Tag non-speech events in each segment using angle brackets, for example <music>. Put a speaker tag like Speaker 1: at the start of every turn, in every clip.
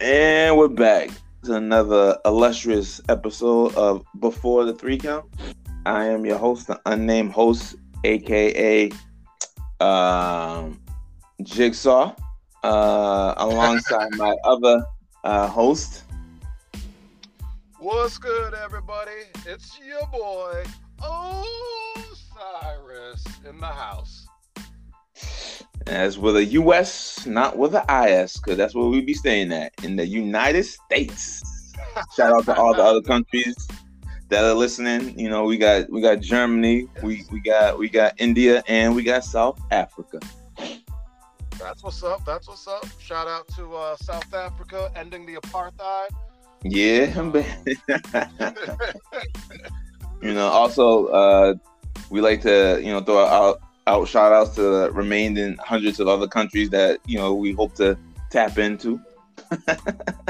Speaker 1: And we're back to another illustrious episode of Before the Three Count. I am your host, the unnamed host, aka um, Jigsaw, uh, alongside my other uh, host.
Speaker 2: What's good, everybody? It's your boy Osiris in the house.
Speaker 1: As with a US, not with a IS, because that's where we be staying at in the United States. Shout out to all the other countries that are listening. You know, we got we got Germany, we, we got we got India, and we got South Africa.
Speaker 2: That's what's up. That's what's up. Shout out to uh, South Africa ending the apartheid. <laughs>
Speaker 1: Yeah, <laughs> you know. Also, uh, we like to you know throw out out shout outs to the remaining hundreds of other countries that you know we hope to tap into.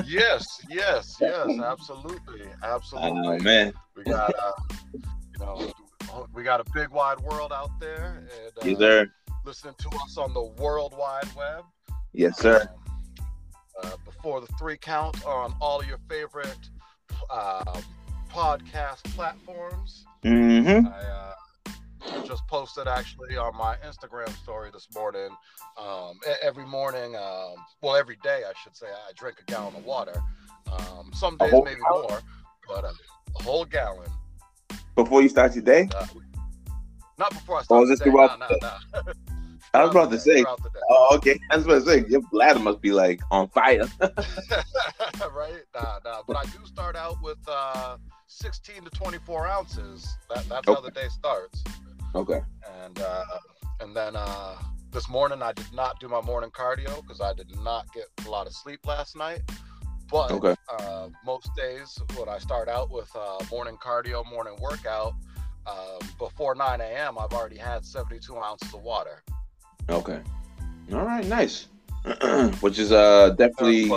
Speaker 2: yes, yes, yes, absolutely,
Speaker 1: I
Speaker 2: absolutely.
Speaker 1: know, Uh, man.
Speaker 2: We got, uh, you know, we got a big wide world out there, and uh,
Speaker 1: Yes, sir.
Speaker 2: listening to us on the World Wide Web.
Speaker 1: Yes, sir.
Speaker 2: Uh, before the three count are on all of your favorite um podcast platforms.
Speaker 1: Mm-hmm.
Speaker 2: I uh, just posted actually on my Instagram story this morning. Um, e- every morning, um, well, every day I should say, I drink a gallon of water. Um, some
Speaker 1: A
Speaker 2: days
Speaker 1: whole
Speaker 2: maybe
Speaker 1: gallon?
Speaker 2: more, but uh, a whole gallon.
Speaker 1: Before you start your day,
Speaker 2: Uh, not before I
Speaker 1: Oh,
Speaker 2: start.
Speaker 1: is this
Speaker 2: the day.
Speaker 1: throughout
Speaker 2: No,
Speaker 1: the
Speaker 2: no, no.
Speaker 1: I was about to say.
Speaker 2: Throughout the day.
Speaker 1: Oh, okay. That's what I was saying. Your bladder must be like on fire.
Speaker 2: <laughs> right? Nah, nah. But I do start out with uh, 16 to 24 ounces. That, that's how the day starts.
Speaker 1: Okay.
Speaker 2: And uh, and then uh, this morning I did not do my morning cardio because I did not get a lot of sleep last night. But
Speaker 1: Okay.
Speaker 2: uh, most days when I start out with uh, morning cardio, morning workout, um, before 9 a.m. I've already had 72 ounces of water.
Speaker 1: Okay. All right. Nice. <clears throat> Which is uh definitely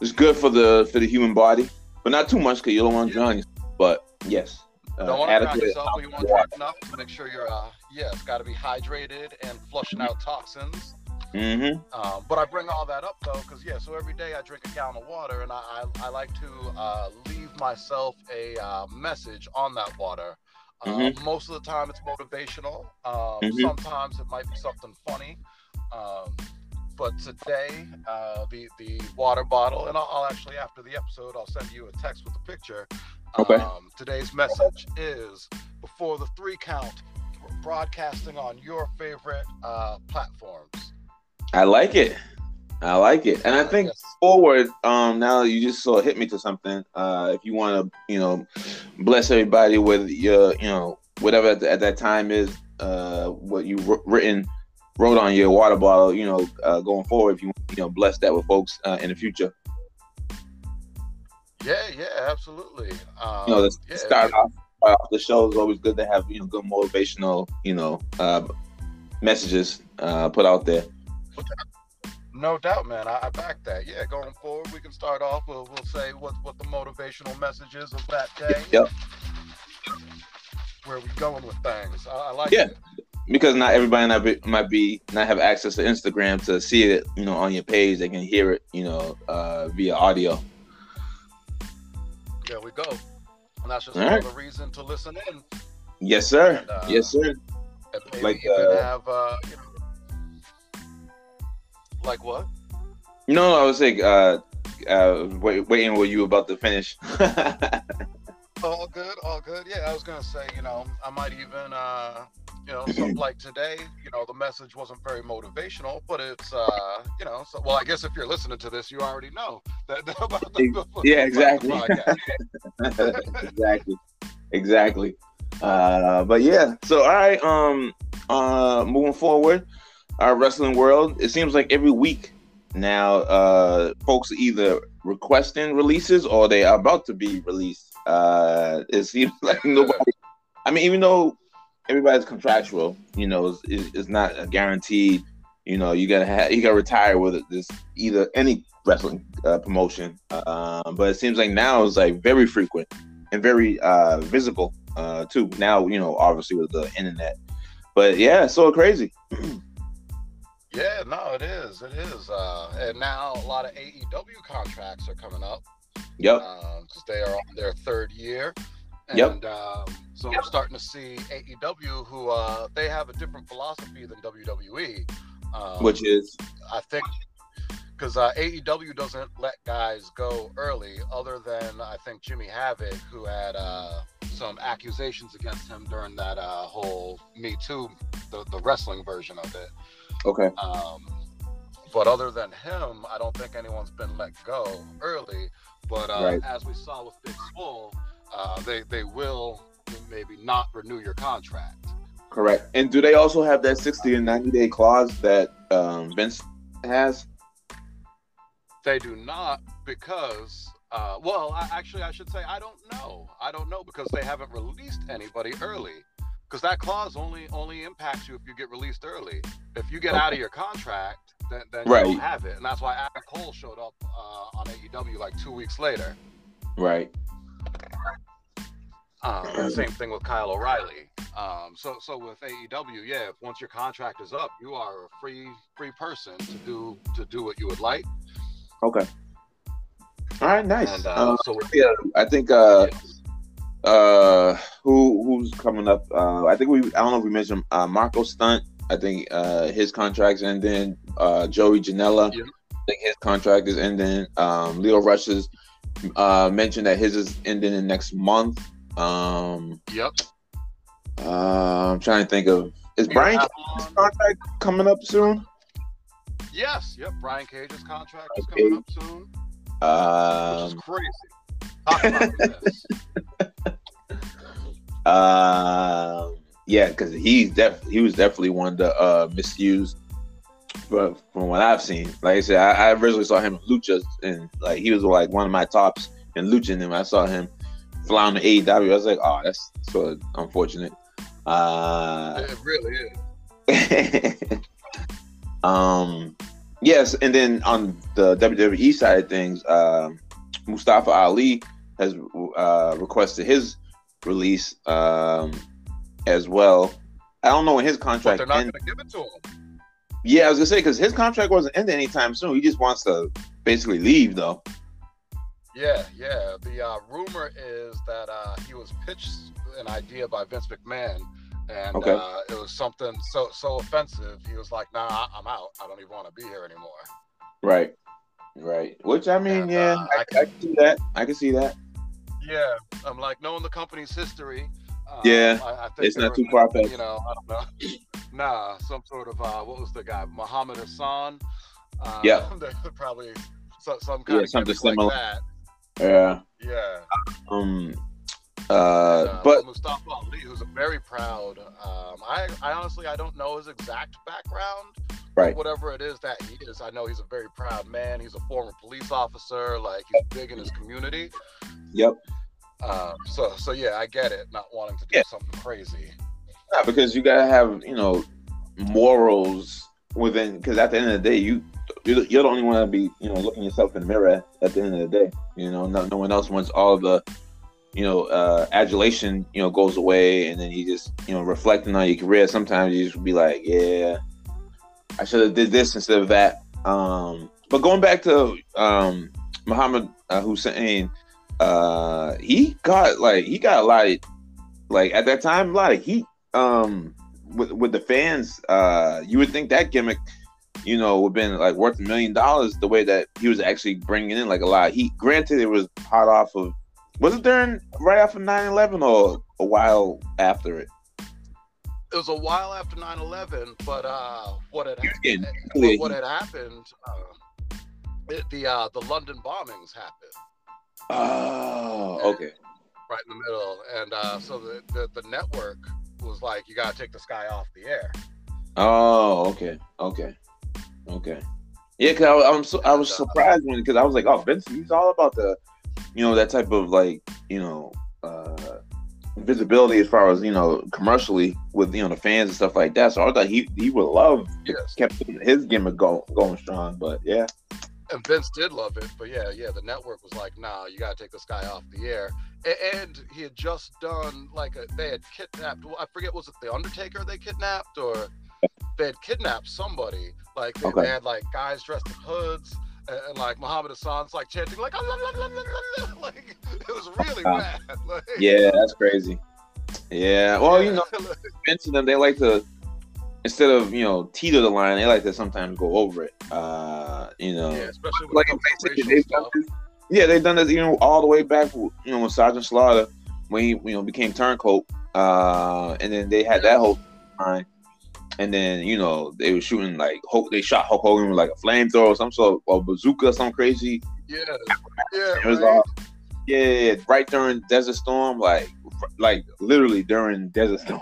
Speaker 1: it's good for the for the human body, but not too much because you don't want to drown yourself. But yes, uh,
Speaker 2: Don't want to drown
Speaker 1: adequate.
Speaker 2: yourself, but you want to drink enough to make sure you're, uh, yeah, it's got to be hydrated and flushing out toxins.
Speaker 1: Mm-hmm.
Speaker 2: Um, but I bring all that up though, because yeah, so every day I drink a gallon of water, and I I, I like to uh, leave myself a uh, message on that water. Uh,
Speaker 1: Mhm.
Speaker 2: Most of the time, it's motivational. Um,
Speaker 1: Mhm.
Speaker 2: Sometimes it might be something funny. Um, but today, uh, the the water bottle, and I'll, I'll actually after the episode, I'll send you a text with a picture.
Speaker 1: Okay.
Speaker 2: Um, today's message is before the three count. We're broadcasting on your favorite uh, platforms.
Speaker 1: I like it. I like it, and I
Speaker 2: Uh,
Speaker 1: think
Speaker 2: yes.
Speaker 1: forward. Um, now that you just sort of hit me to something. Uh, if you want to, you know, bless everybody with your, you know, whatever at, at that time is, uh, what you wr- written, wrote on your water bottle. You know, uh, going forward, if you you know, bless that with folks uh, in the future.
Speaker 2: Yeah, yeah, absolutely. Um,
Speaker 1: You know, to
Speaker 2: yeah,
Speaker 1: start off, start off the show is always good to have you know good motivational, you know, uh, messages uh, put out there.
Speaker 2: no doubt, man. I, I back that. Yeah, going forward, we can start off. We'll, we'll say what what the motivational message is of that day.
Speaker 1: Yep.
Speaker 2: Where we going with things? I, I like
Speaker 1: Yeah.
Speaker 2: it.
Speaker 1: because not everybody not be, might be not have access to Instagram to see it, you know, on your page. They can hear it, you know, uh, via audio.
Speaker 2: There we go. And that's just
Speaker 1: All
Speaker 2: another
Speaker 1: right.
Speaker 2: reason to listen in.
Speaker 1: Yes, sir.
Speaker 2: And, uh,
Speaker 1: yes, sir.
Speaker 2: And maybe
Speaker 1: Like,
Speaker 2: even
Speaker 1: uh,
Speaker 2: have uh, you know, like what?
Speaker 1: No, no, I was like, uh, uh, wait, waiting. Were you about to finish? <laughs>
Speaker 2: All good, all good. Yeah, I was gonna say, you know, I might even, uh, you know,
Speaker 1: <clears throat>
Speaker 2: something like today, you know, the message wasn't very motivational, but it's, uh, you know, so well, I guess if you're listening to this, you already know that <laughs> about the,
Speaker 1: Yeah,
Speaker 2: about
Speaker 1: exactly. <laughs>
Speaker 2: the podcast.
Speaker 1: exactly, exactly. Uh, but yeah. So all right. Um. Uh. Moving forward, our wrestling world. It seems like every week now, uh, folks are either requesting releases or they are about to be released. Uh, it seems <laughs> like nobody. I mean, even though everybody's contractual, you know, it's, it's it's not a guaranteed. You know, you gotta have, you gotta retire with this either any wrestling uh, promotion. Um, but it seems like now it's like very frequent and very uh, visible uh, too. Now you know, obviously with the internet. But yeah, it's so crazy.
Speaker 2: Yeah, no, it is. It is. Uh, and now a lot of AEW contracts are coming up.
Speaker 1: Yep.
Speaker 2: Um, 'cause they are on their third year. And
Speaker 1: Yep.
Speaker 2: um, so I'm starting to see AEW, who uh, they have a different philosophy than WWE. Um,
Speaker 1: Which is
Speaker 2: I think because uh, AEW doesn't let guys go early, other than I think Jimmy Havoc, who had uh, some accusations against him during that uh, whole Me Too, the, the wrestling version of it.
Speaker 1: okay.
Speaker 2: Um, but other than him, I don't think anyone's been let go early. But uh,
Speaker 1: Right.
Speaker 2: as we saw with Big Swole, uh, they they will maybe not renew your contract.
Speaker 1: Correct. And do they also have that 60 and 90 day clause that um, Vince has?
Speaker 2: They do not because, uh, well, I, actually, I should say I don't know. I don't know because they haven't released anybody early. Because that clause only only impacts you if you get released early. If you get out of your contract, then, then
Speaker 1: Right.
Speaker 2: you don't have it, and that's why Adam Cole showed up uh, on AEW like two weeks later.
Speaker 1: Right.
Speaker 2: Um,
Speaker 1: <clears throat>
Speaker 2: and same thing with Kyle O'Reilly. Um, so so with AEW, yeah, if once your contract is up, you are a free free person to do to do what you would like.
Speaker 1: Okay. All right. Nice.
Speaker 2: And uh,
Speaker 1: Uh,
Speaker 2: so with,
Speaker 1: yeah, I think uh, uh, who who's coming up? Uh, I think we. I don't know if we mentioned uh, Marco Stunt. I think uh, his contract's ending. Uh, Joey Janela.
Speaker 2: Yeah.
Speaker 1: I think his contract is ending. Um, Leo Rush's uh, mentioned that his is ending in next month. Um,
Speaker 2: yep.
Speaker 1: uh, I'm trying to think of is Brian Cage's contract coming up soon?
Speaker 2: Yes, yep. Brian Cage's contract is
Speaker 1: Okay.
Speaker 2: coming up soon, which is
Speaker 1: Um,
Speaker 2: crazy. Talk about
Speaker 1: <laughs>
Speaker 2: this.
Speaker 1: uh, yeah, because he's def he was definitely one of the uh, misused. But from what I've seen, like I said, I, I originally saw him in Lucha, and like he was like one of my tops in Lucha. And then when I saw him fly on the AEW, I was like, oh, that's sort of unfortunate. Uh,
Speaker 2: It really is.
Speaker 1: <laughs> um, yes, and then on the WWE side of things, um, Mustafa Ali has uh, requested his release um, as well. I don't know when his
Speaker 2: But
Speaker 1: contract
Speaker 2: they're not going
Speaker 1: ends.
Speaker 2: to give it to him.
Speaker 1: Yeah, I was gonna say because his contract wasn't ending anytime soon. He just wants to basically leave, though.
Speaker 2: Yeah, yeah. The uh, rumor is that uh, he was pitched an idea by Vince McMahon, and
Speaker 1: Okay.
Speaker 2: uh, it was something so so offensive. He was like, "Nah, I- I'm out. I don't even want to be here anymore."
Speaker 1: Right, right. Which I mean,
Speaker 2: And,
Speaker 1: yeah,
Speaker 2: uh,
Speaker 1: I, I can see that. I can see that.
Speaker 2: Yeah, I'm like knowing the company's history. Um,
Speaker 1: Yeah,
Speaker 2: I, I think
Speaker 1: it's
Speaker 2: they
Speaker 1: not
Speaker 2: were-
Speaker 1: too far-fetched.
Speaker 2: You know, I don't know. <clears throat> nah, some sort of uh, what was the guy? Muhammad Hassan. Um, <laughs>
Speaker 1: Yeah.
Speaker 2: they were probably so, some kind
Speaker 1: Yeah,
Speaker 2: of
Speaker 1: something
Speaker 2: gimmick like
Speaker 1: similar.
Speaker 2: that.
Speaker 1: Yeah.
Speaker 2: Yeah.
Speaker 1: Um.
Speaker 2: And,
Speaker 1: Uh.
Speaker 2: uh,
Speaker 1: But
Speaker 2: Mustafa Ali, who's a very proud. Um, I, I honestly, I don't know his exact background. but
Speaker 1: Right.
Speaker 2: Whatever it is that he is, I know he's a very proud man. He's a former police officer. Like he's big in his community.
Speaker 1: yep.
Speaker 2: Um, so, so yeah, I get it. Not wanting to do
Speaker 1: Yeah.
Speaker 2: something crazy.
Speaker 1: Yeah, because you gotta have you know morals within. Because at the end of the day, you you're, you're the only one to be you know looking yourself in the mirror. At the end of the day, you know no, no one else wants all the you know uh, adulation you know goes away, and then you just you know reflecting on your career. Sometimes you just be like, yeah, I should have did this instead of that. Um, but going back to um, Muhammad uh, Hussein, uh, he got like he got a lot of like at that time a lot of heat um with with the fans uh you would think that gimmick you know would been like worth a million dollars the way that he was actually bringing in like a lot of heat granted it was hot off of was it during right after 9-11 or a while after it
Speaker 2: it was a while after 9-11 but uh what had
Speaker 1: He was getting
Speaker 2: happened
Speaker 1: clear
Speaker 2: what, what had happened uh, it, the uh the london bombings happened
Speaker 1: oh okay
Speaker 2: right in the middle and uh so the the, the network was like you gotta take this guy off the air
Speaker 1: oh okay okay okay yeah because I, I'm so, I was surprised when because I was like oh Vince he's all about the you know that type of like you know uh visibility as far as you know commercially with you know the fans and stuff like that so i thought he he would love to
Speaker 2: Yes.
Speaker 1: kept his gimmick go, going strong but yeah
Speaker 2: and vince did love it but yeah yeah the network was like nah you gotta take this guy off the air A- and he had just done like a, they had kidnapped well, i forget was it the undertaker they kidnapped or they had kidnapped somebody. Like they,
Speaker 1: Okay.
Speaker 2: they had like guys dressed in hoods. And, and, like Muhammad Hassan's like chanting like, "Ah, la, la, la, la, la, <laughs> la," like it was really
Speaker 1: Wow.
Speaker 2: bad. <laughs> Like,
Speaker 1: Uh, Yeah, that's crazy. Yeah. Well, you
Speaker 2: yeah.
Speaker 1: know,
Speaker 2: <laughs>
Speaker 1: uh, convincing them they like to instead of you know teeter the line, they like to sometimes go over it. Uh, you know,
Speaker 2: yeah, especially when
Speaker 1: like
Speaker 2: it
Speaker 1: if
Speaker 2: comes to
Speaker 1: they said that
Speaker 2: racial
Speaker 1: they've done
Speaker 2: stuff.
Speaker 1: this, yeah, they've done this even all the way back, you know, with Sergeant Slaughter when he you know became turncoat, uh, and then they had that whole line, and then you know they were shooting like Hulk, they shot Hulk Hogan with like a flamethrower or some sort of a bazooka, some crazy.
Speaker 2: Yeah,
Speaker 1: <laughs>
Speaker 2: yeah,
Speaker 1: It was
Speaker 2: right?
Speaker 1: all yeah, yeah, yeah, right during Desert Storm, like like literally during Desert <laughs> Storm.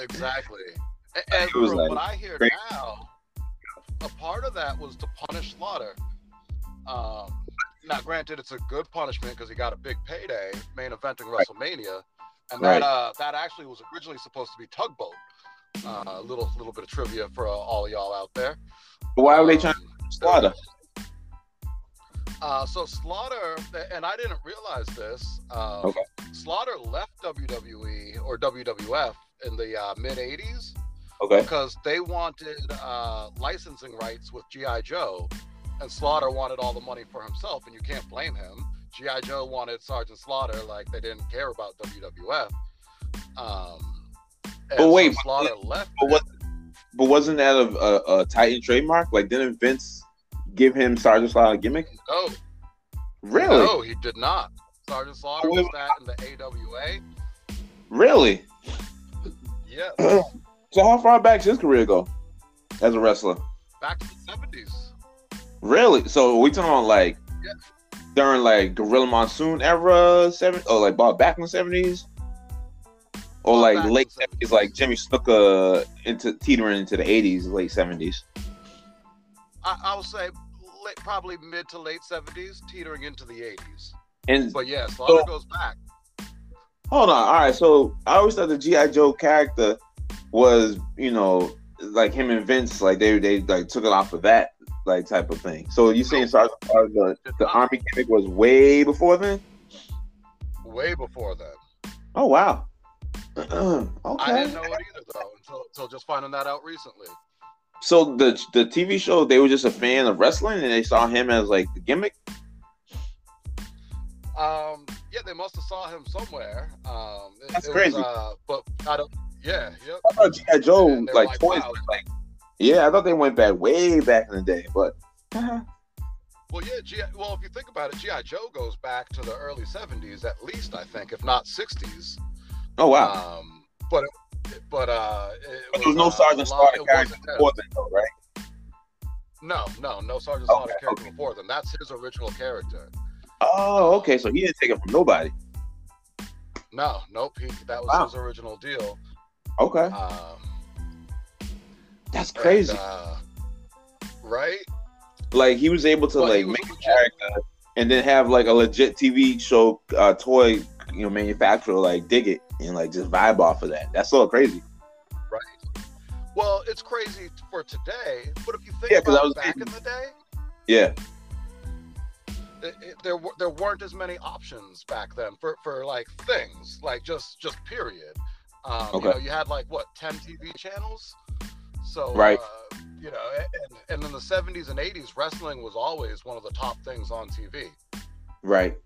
Speaker 2: Exactly. And, and
Speaker 1: It was
Speaker 2: from
Speaker 1: like
Speaker 2: what I hear
Speaker 1: crazy.
Speaker 2: now, a part of that was to punish Slaughter. Um, now, granted, it's a good punishment because he got a big payday, main eventing
Speaker 1: Right.
Speaker 2: WrestleMania, and
Speaker 1: Right.
Speaker 2: that uh, that actually was originally supposed to be Tugboat. Uh, A little little bit of trivia for uh, all of y'all out there.
Speaker 1: Why were they trying to
Speaker 2: Um,
Speaker 1: slaughter?
Speaker 2: Uh, so Slaughter, and I didn't realize this. Um,
Speaker 1: Okay.
Speaker 2: Slaughter left WWE or WWF in the uh, mid '80s
Speaker 1: Okay,
Speaker 2: because they wanted uh, licensing rights with GI Joe, and Slaughter wanted all the money for himself, and you can't blame him. GI Joe wanted Sergeant Slaughter, like they didn't care about WWF. Um, and
Speaker 1: But wait,
Speaker 2: so Slaughter left.
Speaker 1: but what- but wasn't that a, a, a Titan trademark? Like, didn't Vince give him Sergeant Slaughter gimmick?
Speaker 2: No,
Speaker 1: Really,
Speaker 2: no, he did not. Sergeant Slaughter was that in the AWA.
Speaker 1: really.
Speaker 2: Yes,
Speaker 1: So how far back does his career go as a wrestler?
Speaker 2: back to the '70s.
Speaker 1: Really? So we talking about like
Speaker 2: Yeah.
Speaker 1: during like Gorilla Monsoon era, seven or like Bob Backlund seventies, or
Speaker 2: Bob
Speaker 1: like
Speaker 2: Backlund
Speaker 1: late
Speaker 2: 70s.
Speaker 1: seventies, like Jimmy Snooker into teetering into the eighties, late seventies.
Speaker 2: I, I would say late, probably mid to late '70s, teetering into the '80s.
Speaker 1: And
Speaker 2: But yeah, Slaughter goes back.
Speaker 1: hold on, all right. So I always thought the GI Joe character was you know like him and Vince, like they they like took it off of that like type of thing. So you saying Sergeant Slaughter, the,
Speaker 2: Did
Speaker 1: the
Speaker 2: not.
Speaker 1: army gimmick was way before then?
Speaker 2: way before then.
Speaker 1: Oh wow. <clears throat> okay.
Speaker 2: I didn't know it either though until, until just finding that out recently.
Speaker 1: So the the TV show they were just a fan of wrestling and they saw him as like the gimmick.
Speaker 2: Um, yeah, they must have saw him somewhere. Um, it-
Speaker 1: That's
Speaker 2: it
Speaker 1: crazy.
Speaker 2: Was, uh, but I don't. Yeah, yep.
Speaker 1: I thought G.I. Joe
Speaker 2: And they were
Speaker 1: like,
Speaker 2: like,
Speaker 1: toys,
Speaker 2: wow.
Speaker 1: like yeah, I thought they went back way back in the day, but uh-huh.
Speaker 2: Well, yeah. G- well, if you think about it, GI Joe goes back to the early '70s, at least I think, if not '60s.
Speaker 1: oh wow,
Speaker 2: Um, but it- but uh, it
Speaker 1: but there was no
Speaker 2: uh,
Speaker 1: Sergeant
Speaker 2: a lot-
Speaker 1: Slaughter
Speaker 2: it
Speaker 1: character
Speaker 2: wasn't him.
Speaker 1: before then, though, right?
Speaker 2: No, no, no Sergeant
Speaker 1: Okay,
Speaker 2: Slaughter character
Speaker 1: okay.
Speaker 2: before them. That's his original character.
Speaker 1: Oh, okay, so he didn't take it from nobody.
Speaker 2: No, nope. He, that was
Speaker 1: Wow.
Speaker 2: his original deal.
Speaker 1: Okay,
Speaker 2: Um,
Speaker 1: that's
Speaker 2: And,
Speaker 1: crazy.
Speaker 2: uh, right?
Speaker 1: like he was able to
Speaker 2: Well, he
Speaker 1: like
Speaker 2: was
Speaker 1: make a
Speaker 2: legit.
Speaker 1: character and then have like a legit TV show uh, toy, you know, manufacturer like dig it and like just vibe off of that. That's so crazy.
Speaker 2: Well, it's crazy for today, but if you think
Speaker 1: Yeah, 'cause I
Speaker 2: about
Speaker 1: was
Speaker 2: it back
Speaker 1: thinking-
Speaker 2: in the day,
Speaker 1: Yeah,
Speaker 2: it, it, there were there weren't as many options back then for for like things like just just period. Um,
Speaker 1: Okay.
Speaker 2: You know, you had like what ten TV channels, so
Speaker 1: Right.
Speaker 2: Uh, you know, and, and in the '70s and '80s, wrestling was always one of the top things on TV.
Speaker 1: Right.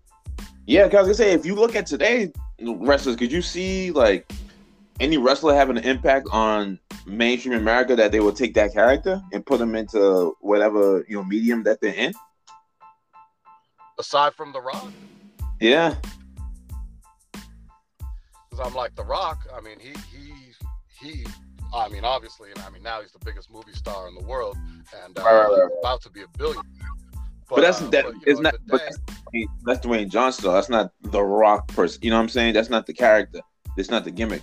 Speaker 1: Yeah, because I was gonna say if you look at today wrestlers, could you see like any wrestler having an impact on mainstream America that they will take that character and put them into whatever you know medium that they're in?
Speaker 2: Aside from The Rock,
Speaker 1: Yeah.
Speaker 2: because I'm like The Rock. I mean, he he he. I mean, obviously, and I mean now he's the biggest movie star in the world, and uh,
Speaker 1: Right, right, right, right.
Speaker 2: about to be a billionaire.
Speaker 1: But that's
Speaker 2: uh,
Speaker 1: that
Speaker 2: but, you
Speaker 1: it's
Speaker 2: know,
Speaker 1: not but
Speaker 2: today-
Speaker 1: that's, Dwayne- that's Dwayne Johnson though. That's not the rock person. You know what I'm saying? That's not the character. That's not the gimmick.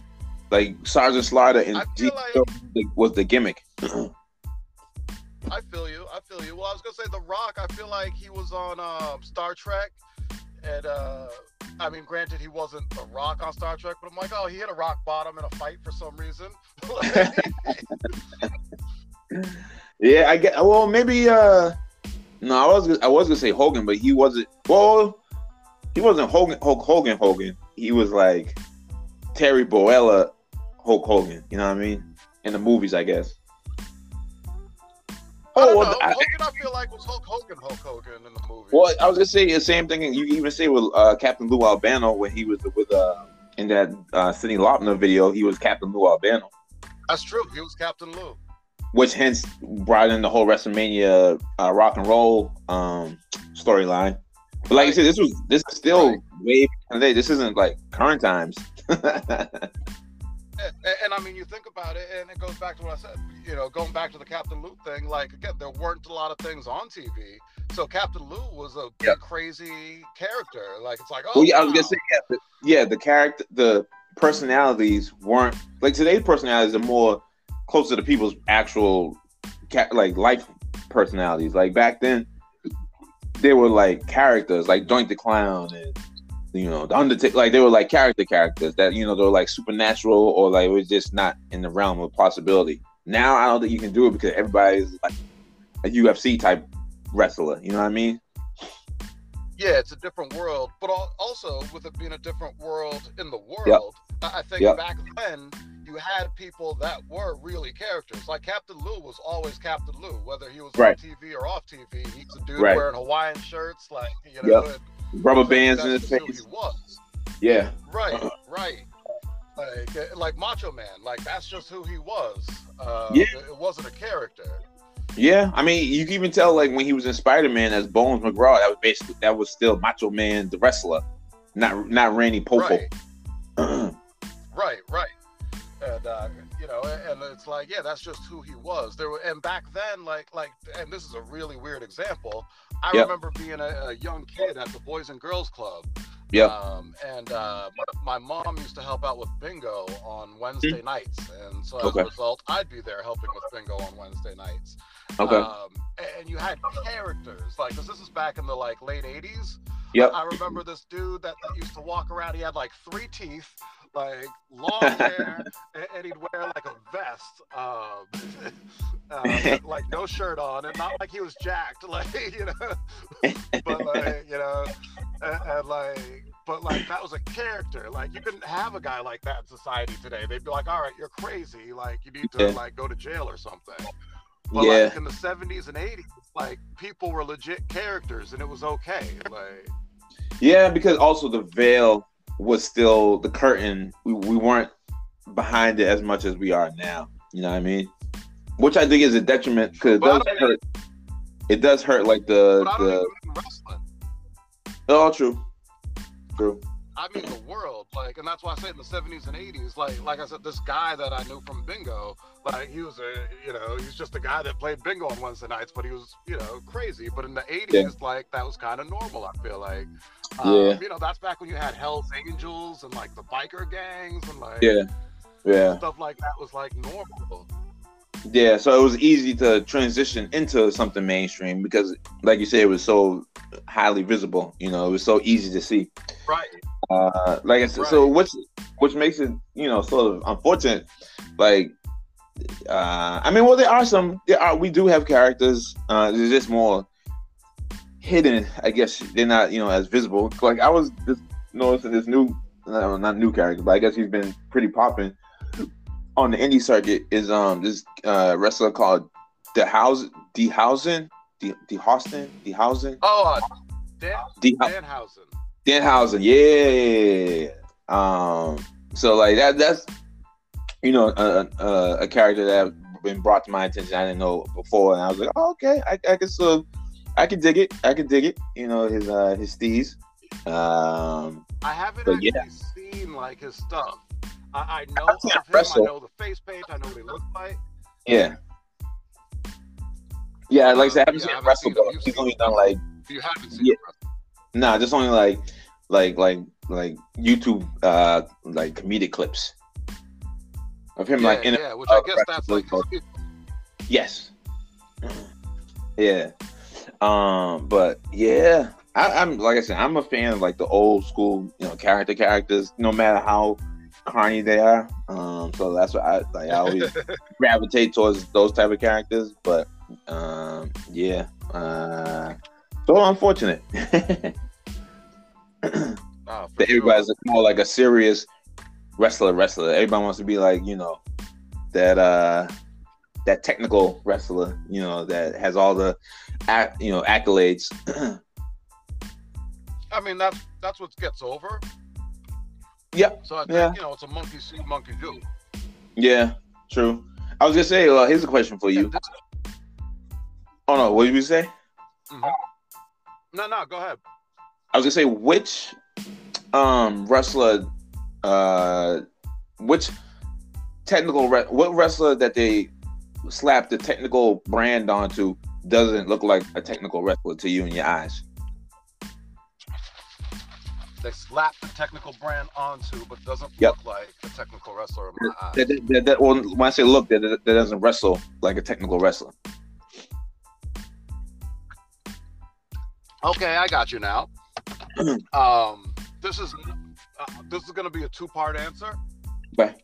Speaker 1: Like Sergeant Slaughter and
Speaker 2: I
Speaker 1: G
Speaker 2: feel like-
Speaker 1: was the gimmick.
Speaker 2: I feel you. I feel you. Well, I was gonna say The Rock. I feel like he was on um, Star Trek, and uh, I mean, granted, he wasn't The Rock on Star Trek, but I'm like, oh, he hit a rock bottom in a fight for some reason.
Speaker 1: <laughs>
Speaker 2: <laughs> Like,
Speaker 1: Yeah, I get. Well, maybe. uh No, I was. gonna- I was gonna say Hogan, but he wasn't. Well, he wasn't Hogan. Hulk Hogan. Hogan. He was like Terry Boella. Hulk Hogan. You know what I mean? in the movies, I guess.
Speaker 2: Oh,
Speaker 1: well, I-
Speaker 2: Hogan, I feel like was Hulk Hogan, Hulk Hogan in the movie.
Speaker 1: Well, I was gonna say the same thing. You even say with uh, Captain Lou Albano when he was with uh, in that uh, Sidney Lautner video, he was Captain Lou Albano,
Speaker 2: That's true. He was Captain Lou.
Speaker 1: which hence brought in the whole WrestleMania uh, rock and roll um, storyline. But like you said, this was this is still
Speaker 2: Right.
Speaker 1: way back in the day. This isn't like current times. <laughs>
Speaker 2: And, and I mean, you think about it, and it goes back to what I said. You know, going back to the Captain Lou thing, like again, there weren't a lot of things on TV, so Captain Lou was a big,
Speaker 1: Yeah.
Speaker 2: crazy character. Like it's like, oh,
Speaker 1: well, yeah, I was
Speaker 2: wow.
Speaker 1: gonna say yeah, the, yeah, the character, the personalities weren't like today's personalities are more close to the people's actual ca- like life personalities. Like back then, they were like characters, like Doink the Clown and you know the Undertaker. Like they were like character characters that you know they were like supernatural or like it was just not in the realm of possibility. Now I don't think you can do it because everybody's like a UFC type wrestler. You know what I mean?
Speaker 2: yeah, it's a different world. But al- also, with it being a different world in the world, I I think
Speaker 1: Yep.
Speaker 2: back then you had people that were really characters. Like Captain Lou was always Captain Lou, whether he was
Speaker 1: Right.
Speaker 2: on TV or off TV. He's a dude
Speaker 1: Right.
Speaker 2: wearing Hawaiian shirts, like you know,
Speaker 1: Yep.
Speaker 2: and-
Speaker 1: Rubber bands in
Speaker 2: that's
Speaker 1: his
Speaker 2: just who
Speaker 1: face.
Speaker 2: He was.
Speaker 1: Yeah.
Speaker 2: Right,
Speaker 1: Uh-huh.
Speaker 2: right. Like, uh, like Macho Man, like that's just who he was. Uh,
Speaker 1: Yeah.
Speaker 2: It wasn't a character.
Speaker 1: Yeah, I mean, you can even tell like when he was in Spider Man as Bones McGraw, that was basically that was still Macho Man the wrestler, not not Randy Popo. <clears throat>
Speaker 2: Right, right, right. And uh, you know, and it's like, yeah, that's just who he was. There were, and back then, like, like, and this is a really weird example. I
Speaker 1: Yep.
Speaker 2: remember being a, a young kid at the Boys and Girls Club.
Speaker 1: Yep.
Speaker 2: Um, and uh, my, my mom used to help out with bingo on Wednesday nights, and so as
Speaker 1: Mm-hmm. Okay.
Speaker 2: a result, I'd be there helping with bingo on Wednesday nights.
Speaker 1: okay,
Speaker 2: Um, and you had characters like 'cause this is back in the like late '80s.
Speaker 1: Yep.
Speaker 2: I remember this dude that, that used to walk around. He had like three teeth, like
Speaker 1: <laughs>
Speaker 2: long hair, and, and he'd wear like a vest, um, <laughs> uh, like no shirt on, and not like he was jacked, <laughs> like
Speaker 1: <laughs>
Speaker 2: you know, but like you know, and, and like. But like that was a character. Like you couldn't have a guy like that in society today. They'd be like, "All right, you're crazy. Like you need to
Speaker 1: Yeah.
Speaker 2: like go to jail or something." But
Speaker 1: yeah,
Speaker 2: like uh, in the seventies and eighties, like people were legit characters and it was okay.
Speaker 1: <laughs>
Speaker 2: Like
Speaker 1: yeah, because also the veil was still the curtain. We, we weren't behind it as much as we are now. You know what I mean? Which I think is a detriment because it
Speaker 2: But I
Speaker 1: does
Speaker 2: don't-
Speaker 1: hurt. It does hurt like the
Speaker 2: but I don't
Speaker 1: the.
Speaker 2: even mean wrestling.
Speaker 1: Oh, true, true.
Speaker 2: I mean the world. Like and that's why I say in the seventies and eighties, like like I said, this guy that I knew from Bingo, like he was a you know, he was just a guy that played bingo on Wednesday nights, but he was, you know, crazy. But in the eighties, like that was kinda normal, I feel like. Um,
Speaker 1: Yeah.
Speaker 2: you know, that's back when you had Hell's Angels and like the biker gangs and like
Speaker 1: Yeah. Yeah.
Speaker 2: stuff like that was like normal.
Speaker 1: Yeah, so it was easy to transition into something mainstream because, like you said, it was so highly visible. You know, it was so easy to see.
Speaker 2: Right.
Speaker 1: Uh, like I said, so which which makes it you know sort of unfortunate. Like, uh, I mean, well, there are some. There are we do have characters. Uh, they're just more hidden. I guess they're not you know as visible. Like I was just noticing this new, no, not new character, but I guess he's been pretty popping on the indie circuit. Is um this uh, wrestler called DeHouse DeHausen De DeHauston DeHausen
Speaker 2: Oh uh, Dan
Speaker 1: DeHausen
Speaker 2: Danhausen.
Speaker 1: Denhausen, yeah. Um, so like that, that's you know a, a, a character that had been brought to my attention. I didn't know before, and I was like, oh, okay, I, I can sort of, I can dig it, I can dig it. You know his uh, his steez. Um,
Speaker 2: I haven't
Speaker 1: But
Speaker 2: actually
Speaker 1: yeah.
Speaker 2: seen like his stuff. I, I know
Speaker 1: I've
Speaker 2: of
Speaker 1: seen
Speaker 2: him.
Speaker 1: him wrestle.
Speaker 2: I know the face paint. I know what he looks like.
Speaker 1: yeah, yeah. Like I said, I haven't
Speaker 2: Yeah, I
Speaker 1: seen him wrestle,
Speaker 2: haven't seen
Speaker 1: but
Speaker 2: him. You've
Speaker 1: he's
Speaker 2: seen
Speaker 1: only
Speaker 2: him.
Speaker 1: done like
Speaker 2: If you haven't seen
Speaker 1: Yeah.
Speaker 2: him,
Speaker 1: nah, just only like like like like YouTube uh like comedic clips of him like
Speaker 2: yeah,
Speaker 1: in a
Speaker 2: yeah, which
Speaker 1: uh,
Speaker 2: I guess that's like
Speaker 1: wrestling Yes. Mm-hmm. yeah. Um, but yeah, I, I'm like I said, I'm a fan of like the old school, you know, character characters, no matter how carny they are. Um, so that's what I like. I always gravitate towards those type of characters, but um, yeah, uh, so unfortunate. <laughs>
Speaker 2: Nah, uh, for
Speaker 1: that
Speaker 2: sure.
Speaker 1: everybody's more like a serious wrestler wrestler. Everybody wants to be like, you know, that uh that technical wrestler, you know, that has all the, ac- you know, accolades.
Speaker 2: I mean, that's that's what gets over.
Speaker 1: Yep.
Speaker 2: So I think
Speaker 1: Yeah.
Speaker 2: you know it's a monkey see, monkey do.
Speaker 1: yeah, true. I was gonna say, well, here's a question for you. Oh no, what did you say?
Speaker 2: No, no, go ahead.
Speaker 1: I was gonna say which um wrestler uh which technical re- what wrestler that they slap the technical brand onto doesn't look like a technical wrestler to you in your eyes.
Speaker 2: They slap the technical brand onto, but doesn't
Speaker 1: Yep.
Speaker 2: look like a technical wrestler in my eyes.
Speaker 1: That, that, that, that- well, when I say look, that, that, that doesn't wrestle like a technical wrestler.
Speaker 2: Okay, I got you
Speaker 1: <clears throat>
Speaker 2: now. um, this is uh, this is gonna be a two part answer
Speaker 1: Right.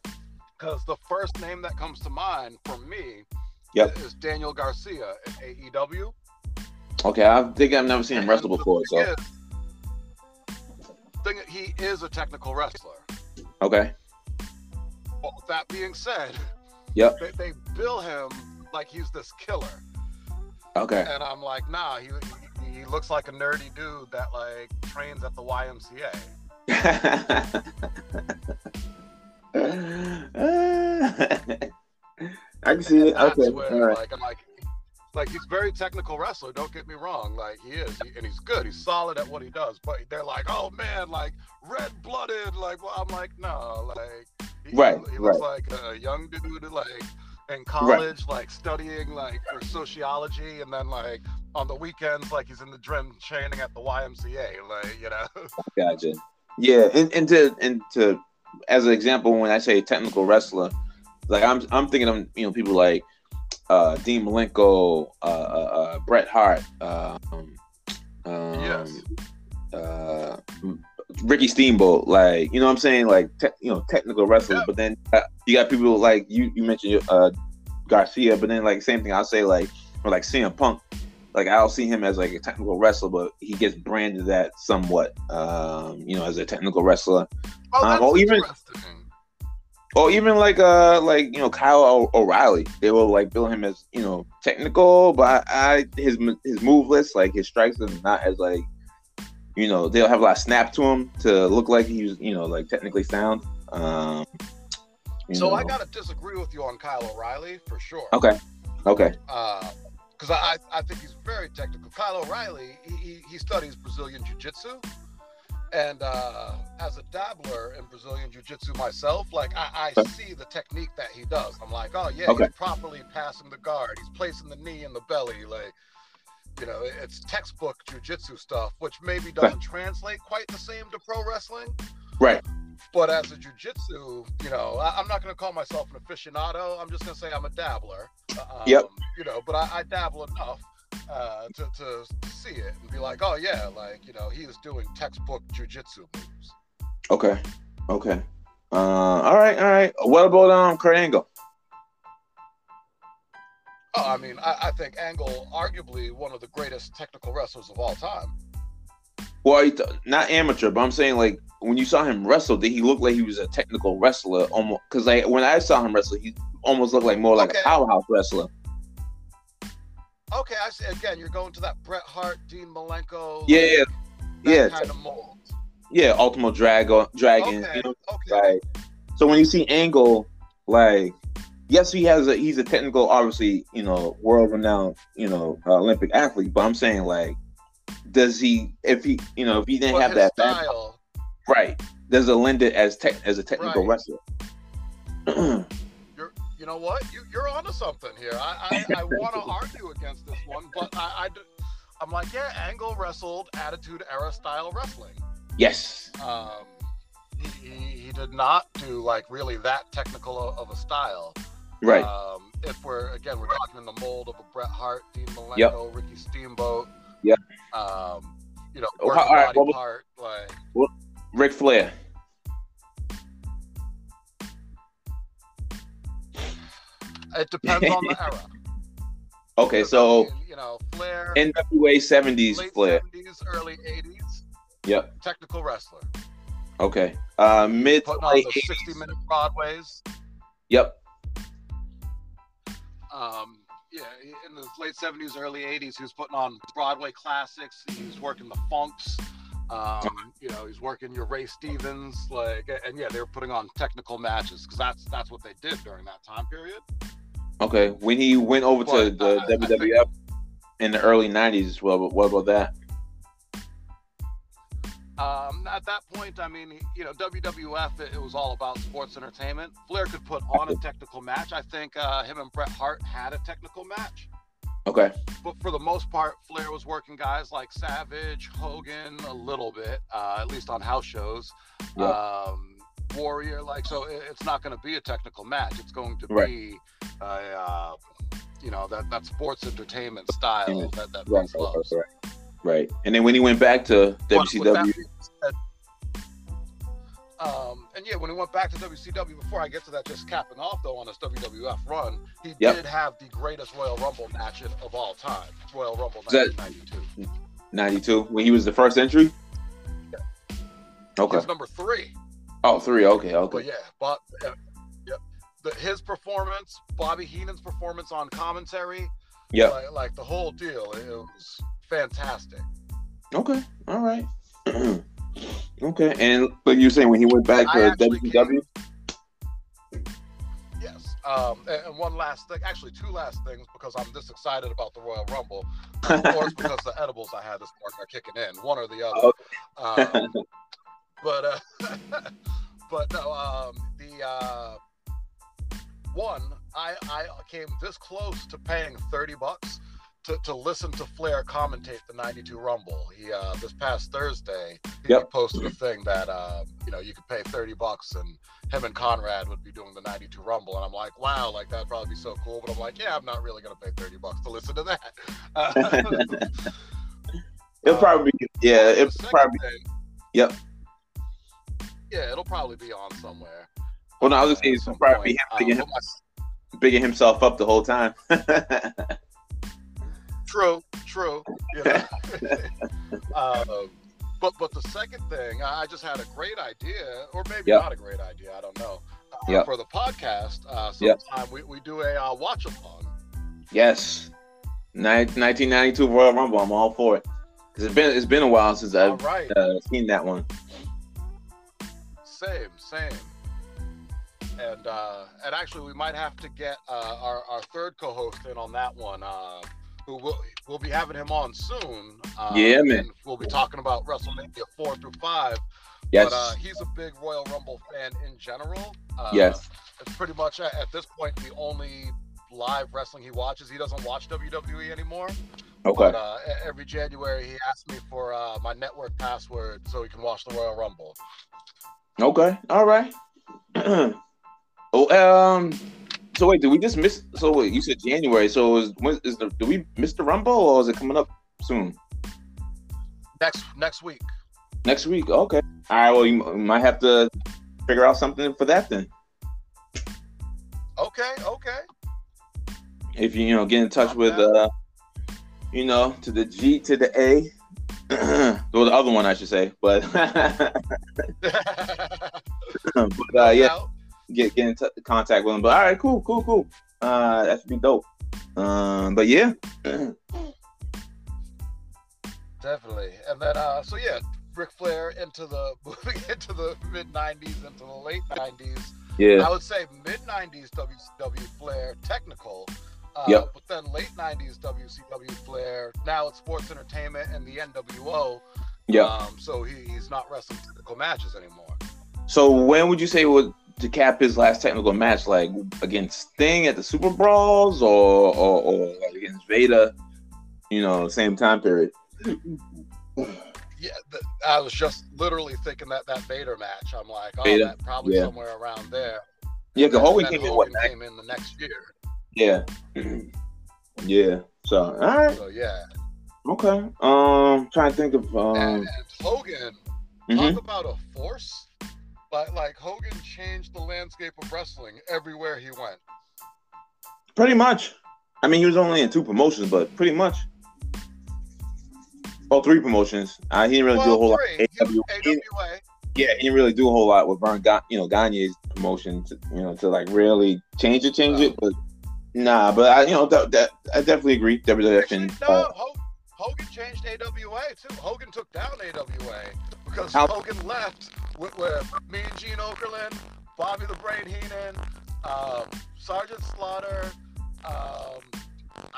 Speaker 2: because the first name that comes to mind for me
Speaker 1: Yep.
Speaker 2: is Daniel Garcia in AEW.
Speaker 1: Okay, I think I've never seen him wrestle
Speaker 2: And the
Speaker 1: before.
Speaker 2: thing
Speaker 1: So
Speaker 2: is- thing is, he is a technical wrestler.
Speaker 1: okay,
Speaker 2: Well, with that being said,
Speaker 1: Yep.
Speaker 2: they, they bill him like he's this killer,
Speaker 1: okay, <laughs>
Speaker 2: and I'm like, nah, he he- he looks like a nerdy dude that like trains at the YMCA.
Speaker 1: I can see it.
Speaker 2: That's
Speaker 1: Okay,
Speaker 2: where,
Speaker 1: all right.
Speaker 2: like, I'm like, like he's very technical wrestler. Don't get me wrong, like he is, he- and he's good. He's solid at what he does. But they're like, oh man, like red blooded, like well, I'm like, no, like he,
Speaker 1: Right,
Speaker 2: he looks like a young dude, like in college, like studying like for sociology, and then like on the weekends, like he's in the gym training at the YMCA, like you know. <laughs>
Speaker 1: Gotcha. Yeah, and, and to and to as an example, when I say technical wrestler, like I'm I'm thinking of you know people like uh, Dean Malenko, uh, uh, uh, Bret Hart, um, um,
Speaker 2: Yes.
Speaker 1: uh, Ricky Steamboat, like you know what I'm saying, like te- you know technical wrestlers.
Speaker 2: Yeah.
Speaker 1: But then uh, you got people like you you mentioned uh, Garcia, but then like same thing I'll say like or like CM Punk, like I'll see him as like a technical wrestler, but he gets branded that somewhat, um, you know, as a technical wrestler,
Speaker 2: Oh,
Speaker 1: Uh,
Speaker 2: that's
Speaker 1: well, even-
Speaker 2: interesting.
Speaker 1: or even like uh like you know Kyle o- O'Reilly, they will like bill him as you know technical, but I, I his m- his move list like his strikes are not as like you know they'll have a lot of snap to him to look like he's you know like technically sound. Um, you
Speaker 2: So
Speaker 1: know.
Speaker 2: I gotta disagree with you on Kyle O'Reilly for sure.
Speaker 1: Okay. okay,
Speaker 2: because Uh, I, I think he's very technical. Kyle O'Reilly, he, he, he studies Brazilian Jiu Jitsu. And uh, as a dabbler in Brazilian Jiu Jitsu myself, like I, I
Speaker 1: Okay.
Speaker 2: see the technique that he does. I'm like, oh, yeah,
Speaker 1: Okay.
Speaker 2: he's properly passing the guard. He's placing the knee in the belly. Like, you know, it's textbook Jiu Jitsu stuff, which maybe doesn't translate quite the same to pro wrestling.
Speaker 1: right,
Speaker 2: But as a jujitsu, you know, I, I'm not going to call myself an aficionado. I'm just going to say I'm a dabbler. Um,
Speaker 1: Yep.
Speaker 2: You know, but I, I dabble enough uh, to, to see it and be like, oh, yeah, like, you know, he is doing textbook jujitsu moves.
Speaker 1: okay, okay. Uh, all right, all right. What about um Kurt Angle?
Speaker 2: Oh, I mean, I, I think Angle, arguably one of the greatest technical wrestlers of all time.
Speaker 1: Well, he th- not amateur, but I'm saying like when you saw him wrestle, did he look like he was a technical wrestler? Almost because like when I saw him wrestle, he almost looked like more like
Speaker 2: Okay.
Speaker 1: a powerhouse wrestler.
Speaker 2: Okay, I see. Again, you're going to that Bret Hart, Dean Malenko.
Speaker 1: Yeah, yeah,
Speaker 2: that
Speaker 1: yeah.
Speaker 2: kind of mold.
Speaker 1: yeah. Ultimo Dragon, Dragon.
Speaker 2: okay,
Speaker 1: You know,
Speaker 2: okay.
Speaker 1: like so when you see Angle, like yes, he has a he's a technical, obviously you know world renowned you know uh, Olympic athlete, but I'm saying like does he if he you know if he didn't
Speaker 2: But
Speaker 1: have
Speaker 2: his
Speaker 1: that back,
Speaker 2: style,
Speaker 1: right does it lend it as tech as a technical
Speaker 2: Right.
Speaker 1: wrestler? <clears throat>
Speaker 2: you're you know what you, you're onto something here i i, I want
Speaker 1: <laughs>
Speaker 2: to argue against this one but i am like yeah angle wrestled attitude era style wrestling
Speaker 1: yes.
Speaker 2: um he, he, he did not do like really that technical o- of a style
Speaker 1: Right.
Speaker 2: um if we're again we're talking in the mold of a bret hart dean malenko
Speaker 1: Yep.
Speaker 2: ricky steamboat
Speaker 1: Yep.
Speaker 2: um you know
Speaker 1: Oh,
Speaker 2: working
Speaker 1: all right,
Speaker 2: body
Speaker 1: well,
Speaker 2: part like
Speaker 1: Ric Flair. <laughs>
Speaker 2: it depends on the era
Speaker 1: Okay,
Speaker 2: 'Cause, I
Speaker 1: so
Speaker 2: mean, you know flair
Speaker 1: NWA seventies
Speaker 2: late
Speaker 1: Flair.
Speaker 2: 70s early 80s
Speaker 1: Yep.
Speaker 2: technical wrestler
Speaker 1: Okay. Uh, mid to
Speaker 2: putting on
Speaker 1: late
Speaker 2: the
Speaker 1: 80s.
Speaker 2: 60 minute broadways
Speaker 1: Yep.
Speaker 2: Um, yeah, in the late '70s, early '80s, he was putting on Broadway classics. He was working the Funks. Um, you know, he's working your Ray Stevens, like, and yeah, they were putting on technical matches because that's that's what they did during that time period.
Speaker 1: Okay, when he went over to
Speaker 2: But,
Speaker 1: the
Speaker 2: uh, I
Speaker 1: WWF in the early '90s, well, what about that?
Speaker 2: Um, at that point, I mean, you know, WWF it, it was all about sports entertainment. Flair could put on a technical match. I think uh, him and Bret Hart had a technical match.
Speaker 1: Okay,
Speaker 2: but for the most part, Flair was working guys like Savage, Hogan, a little bit, uh, at least on house shows.
Speaker 1: Yeah.
Speaker 2: Um, Warrior, like so, it, it's not going to be a technical match. It's going to
Speaker 1: Right.
Speaker 2: be, uh, uh, you know, that that sports entertainment style that that
Speaker 1: right,
Speaker 2: Vince
Speaker 1: right,
Speaker 2: loves.
Speaker 1: right, right. Right. And then when he went back to
Speaker 2: But with that
Speaker 1: WCW,
Speaker 2: being said, Um, and yeah, when he went back to WCW, before I get to that, just capping off though on his WWF run, he
Speaker 1: Yep.
Speaker 2: did have the greatest Royal Rumble match of all time, Royal Rumble
Speaker 1: Is that-
Speaker 2: 1992.
Speaker 1: '92, when he was the first entry. Okay.
Speaker 2: He's number three.
Speaker 1: Oh, three. Okay.
Speaker 2: But
Speaker 1: Okay.
Speaker 2: yeah, but uh, yep. The, his performance, Bobby Heenan's performance on commentary,
Speaker 1: Yeah.
Speaker 2: like, like the whole deal, it was fantastic.
Speaker 1: Okay. All right. <clears throat> okay. And like you were saying, when he went back
Speaker 2: I
Speaker 1: to
Speaker 2: actually
Speaker 1: WCW,
Speaker 2: Yes. Um, and, and one last thing, actually two last things, because I'm this excited about the Royal Rumble, of course, because the edibles I had this morning are kicking in, one or the other. Um, but uh, <laughs> but no, um, the uh, one I I came this close to paying thirty bucks to, to listen to Flair commentate the '92 Rumble. He uh, this past Thursday he
Speaker 1: Yep.
Speaker 2: posted a thing that uh, you know you could pay thirty bucks and him and Conrad would be doing the '92 Rumble, and I'm like, wow, like that'd probably be so cool. But I'm like, yeah, I'm not really gonna pay thirty bucks to listen to that. <laughs>
Speaker 1: <laughs>
Speaker 2: Uh,
Speaker 1: it'll probably be yeah,
Speaker 2: the
Speaker 1: it'll
Speaker 2: second
Speaker 1: probably.
Speaker 2: thing-
Speaker 1: Yep.
Speaker 2: Yeah, it'll probably be on somewhere.
Speaker 1: Well, no, I was
Speaker 2: Uh,
Speaker 1: just saying
Speaker 2: at
Speaker 1: it'll
Speaker 2: some
Speaker 1: probably be
Speaker 2: point.
Speaker 1: him picking,
Speaker 2: Uh,
Speaker 1: him,
Speaker 2: but
Speaker 1: picking himself up the whole time. <laughs>
Speaker 2: my- True, true.
Speaker 1: <laughs>
Speaker 2: You know? <laughs> Um, but but the second thing, I I just had a great idea, or maybe
Speaker 1: Yep.
Speaker 2: not a great idea. I don't know. Uh,
Speaker 1: Yep.
Speaker 2: For the podcast, uh, sometime
Speaker 1: Yep.
Speaker 2: we, we do a uh, watch along.
Speaker 1: yes, Nin- 1992 Royal Rumble. I'm all for it because it's been it's been a while since
Speaker 2: All
Speaker 1: I've
Speaker 2: right,
Speaker 1: uh, seen that one.
Speaker 2: same, same. And uh, and actually, we might have to get uh, our our third co-host in on that one. Uh, who will we'll be having him on soon? Uh,
Speaker 1: Yeah, man.
Speaker 2: and We'll be talking about WrestleMania four through five.
Speaker 1: Yes,
Speaker 2: But uh, he's a big Royal Rumble fan in general. Uh,
Speaker 1: yes,
Speaker 2: It's pretty much uh, at, at this point the only live wrestling he watches. He doesn't watch WWE anymore.
Speaker 1: okay,
Speaker 2: But uh, e- every January he asks me for uh, my network password so he can watch the Royal Rumble.
Speaker 1: okay, all right. <clears throat> oh, um, so wait, did we just miss? So wait, you said January. So is when is the do we miss the Rumble or is it coming up soon?
Speaker 2: Next next week.
Speaker 1: Next week, okay. All right. Well, you m- might have to figure out something for that then.
Speaker 2: Okay, okay.
Speaker 1: If you you know get in touch with uh, you know, to the G to the A, <clears throat> or the other one I should say. But <laughs> but uh, yeah,
Speaker 2: Now,
Speaker 1: get get in t- contact with him. But all right, cool, cool, cool. Uh, that should be dope. Um, but yeah,
Speaker 2: Definitely. And then uh so yeah, Ric Flair into the <laughs> moving into the mid nineties, into the late nineties.
Speaker 1: yeah,
Speaker 2: I would say mid 90s WCW Flair technical. Uh,
Speaker 1: Yep.
Speaker 2: But then late 90s WCW Flair. Now it's sports entertainment and the NWO.
Speaker 1: yeah.
Speaker 2: Um, so he, he's not wrestling technical matches anymore.
Speaker 1: So when would you say would to cap his last technical match, like against Sting at the Super Brawls, or or, or like against Vader? You know, same time period.
Speaker 2: Yeah, th- I was just literally thinking that that Vader match. I'm like, oh,
Speaker 1: Vader,
Speaker 2: that probably
Speaker 1: yeah.
Speaker 2: somewhere around there.
Speaker 1: Yeah, the
Speaker 2: And
Speaker 1: Hogan
Speaker 2: then
Speaker 1: came in what?
Speaker 2: Hogan came in the next year.
Speaker 1: Yeah, <clears throat> yeah. So all right,
Speaker 2: So yeah,
Speaker 1: okay. Um, trying to think of
Speaker 2: and,
Speaker 1: um.
Speaker 2: and Hogan
Speaker 1: mhm.
Speaker 2: talk about a force. Like like Hogan changed the landscape of wrestling everywhere he went.
Speaker 1: Pretty much. I mean, he was only in two promotions, but pretty much. Oh, three promotions. Uh, he didn't really do a whole lot.
Speaker 2: three,
Speaker 1: with
Speaker 2: he was
Speaker 1: AW. He-
Speaker 2: AWA.
Speaker 1: yeah, he didn't really do a whole
Speaker 2: Oh.
Speaker 1: lot with Vern, Ga- you know, Gagne's promotion. To, you know, to like really change it, change it. But Nah, but I, you know, that, that I definitely agree. WWF
Speaker 2: Actually,
Speaker 1: and
Speaker 2: no,
Speaker 1: uh,
Speaker 2: Ho- Hogan changed AWA too. Hogan took down AWA because
Speaker 1: How-
Speaker 2: Hogan left with, with me and Gene Okerlund, Bobby the Brain Heenan, um, Sergeant Slaughter, um,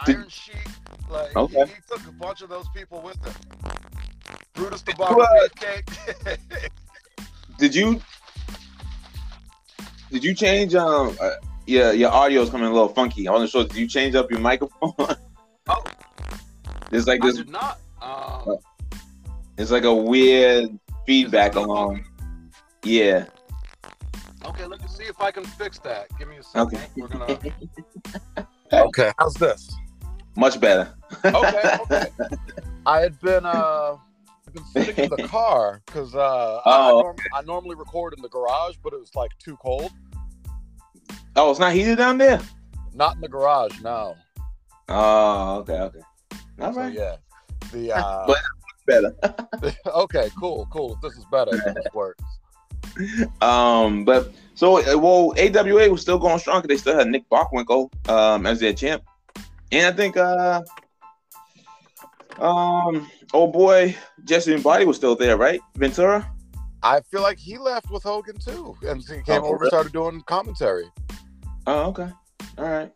Speaker 1: Did-
Speaker 2: Iron Sheik. Like he-
Speaker 1: Okay.
Speaker 2: he, took a bunch of those people with him. Brutus the Barber
Speaker 1: Well-
Speaker 2: Beefcake.
Speaker 1: did you did you change um uh, yeah your audio's coming a little funky. I wasn't sure. Did you change up your <laughs> microphone?
Speaker 2: Oh.
Speaker 1: It's like
Speaker 2: <laughs> I
Speaker 1: this.
Speaker 2: did not. Um,
Speaker 1: Is It's like a weird feedback
Speaker 2: still
Speaker 1: along. Yeah.
Speaker 2: Okay, let me see if I can fix that. Give me a second.
Speaker 1: Okay.
Speaker 2: We're gonna.
Speaker 1: <laughs>
Speaker 2: okay, how's this?
Speaker 1: Much better. <laughs>
Speaker 2: Okay, okay. I had been uh, I've been sitting in
Speaker 1: <laughs>
Speaker 2: the car because uh, I, I,
Speaker 1: Oh,
Speaker 2: norm- I normally record in the garage, but it was like too cold.
Speaker 1: Oh, it's not heated down there?
Speaker 2: Not in the garage now.
Speaker 1: Oh, okay, okay. All
Speaker 2: So
Speaker 1: right.
Speaker 2: yeah,
Speaker 1: <laughs>
Speaker 2: the uh,
Speaker 1: But- Better.
Speaker 2: okay, cool, cool. This is better. This works.
Speaker 1: Um, but so uh, well, AWA was still going strong 'cause they still had Nick Bockwinkel um as their champ, and I think uh um oh boy Jesse Body was still there, right? Ventura.
Speaker 2: I feel like he left with Hogan too, and he came
Speaker 1: Oh,
Speaker 2: over
Speaker 1: really?
Speaker 2: and started doing commentary.
Speaker 1: Oh, okay, all right.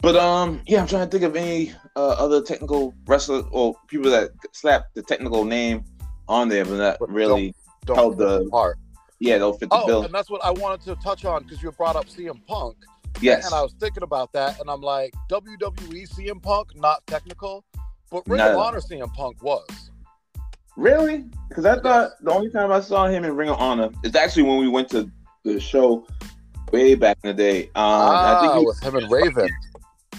Speaker 1: But um, yeah, I'm trying to think of any uh, other technical wrestler or people that slapped the technical name on there, but that
Speaker 2: But
Speaker 1: really
Speaker 2: Don't
Speaker 1: held Oh, the
Speaker 2: part.
Speaker 1: yeah they'll fit the
Speaker 2: Oh,
Speaker 1: bill.
Speaker 2: and that's what I wanted to touch on because you brought up CM Punk.
Speaker 1: Yes,
Speaker 2: And I was thinking about that, and I'm like, WWE CM Punk, not technical, but Ring
Speaker 1: No.
Speaker 2: of Honor CM Punk was.
Speaker 1: Really? Because I thought the only time I saw him in Ring of Honor is actually when we went to the show way back in the day. Um, I
Speaker 2: ah,
Speaker 1: think he-
Speaker 2: with him
Speaker 1: <laughs>
Speaker 2: and Raven.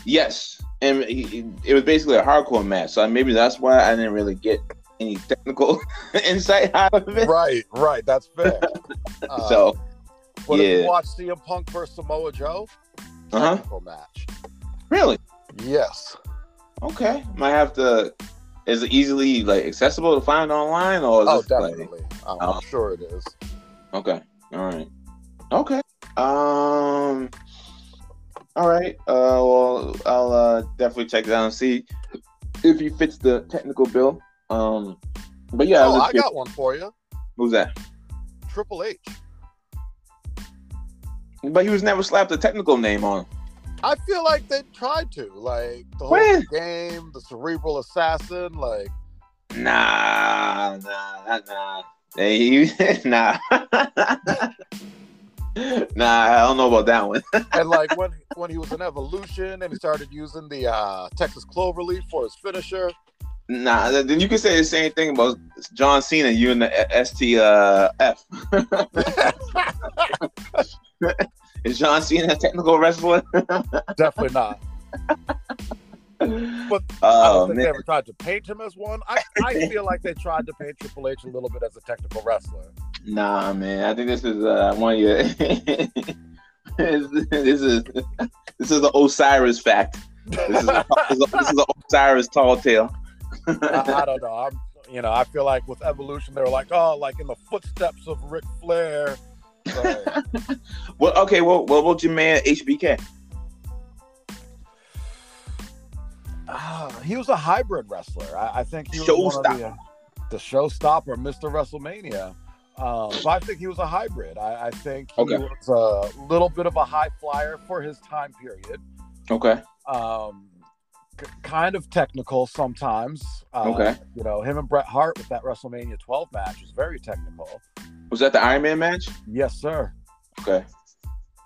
Speaker 1: yes, and he, he- it was basically a hardcore match, so maybe that's why I didn't really get any technical <laughs> insight out of it.
Speaker 2: right, right.
Speaker 1: <laughs>
Speaker 2: That's fair. Uh,
Speaker 1: So,
Speaker 2: but if
Speaker 1: yeah.
Speaker 2: you watch CM Punk versus Samoa Joe,
Speaker 1: uh huh.
Speaker 2: technical match.
Speaker 1: Really?
Speaker 2: Yes.
Speaker 1: Okay. Might have to. Is it easily like accessible to find online, or is
Speaker 2: Oh,
Speaker 1: it, like-
Speaker 2: definitely. I'm,
Speaker 1: Oh.
Speaker 2: I'm sure it is.
Speaker 1: Okay. All right. Okay. Um. All right. Uh. Well, I'll uh, definitely check it out and see if he fits the technical bill. Um. But yeah, I was
Speaker 2: oh,
Speaker 1: just
Speaker 2: I
Speaker 1: curious-
Speaker 2: got one for you.
Speaker 1: who's that?
Speaker 2: Triple H.
Speaker 1: But he was never slapped a technical name on.
Speaker 2: I feel like they tried to, like the whole
Speaker 1: When?
Speaker 2: game, the cerebral assassin, like.
Speaker 1: Nah. Nah. Nah. nah. Hey, <laughs> nah. nah. I don't know about that one.
Speaker 2: and like when when he was in evolution and he started using the uh, Texas clover leaf for his finisher.
Speaker 1: Nah. Then you can say the same thing about John Cena. You and the S T uh, F. <laughs> Is John Cena a technical wrestler?
Speaker 2: Definitely not. I don't
Speaker 1: <laughs> oh man,
Speaker 2: think they ever tried to paint him as one. I, I feel like they tried to paint Triple H a little bit as a technical wrestler.
Speaker 1: nah, man. I think this is uh, one of your. <laughs> this is this is the Osiris fact. This is
Speaker 2: I,
Speaker 1: this is the Osiris tall tale.
Speaker 2: I don't know. I'm you know I feel like with evolution they were like oh like in the footsteps of Ric Flair. Like,
Speaker 1: well, okay. Well, what about your man HBK?
Speaker 2: ah, he was a hybrid wrestler. I, I think he was one of the, uh, the showstopper, Mr. WrestleMania. Um, but I think he was a hybrid. I, I think he
Speaker 1: Okay.
Speaker 2: was a little bit of a high flyer for his time period.
Speaker 1: Okay.
Speaker 2: Um, k- kind of technical sometimes. Uh,
Speaker 1: Okay.
Speaker 2: You know, him and Bret Hart with that WrestleMania 12 match was very technical.
Speaker 1: Was that the Iron Man match?
Speaker 2: Yes, sir.
Speaker 1: Okay.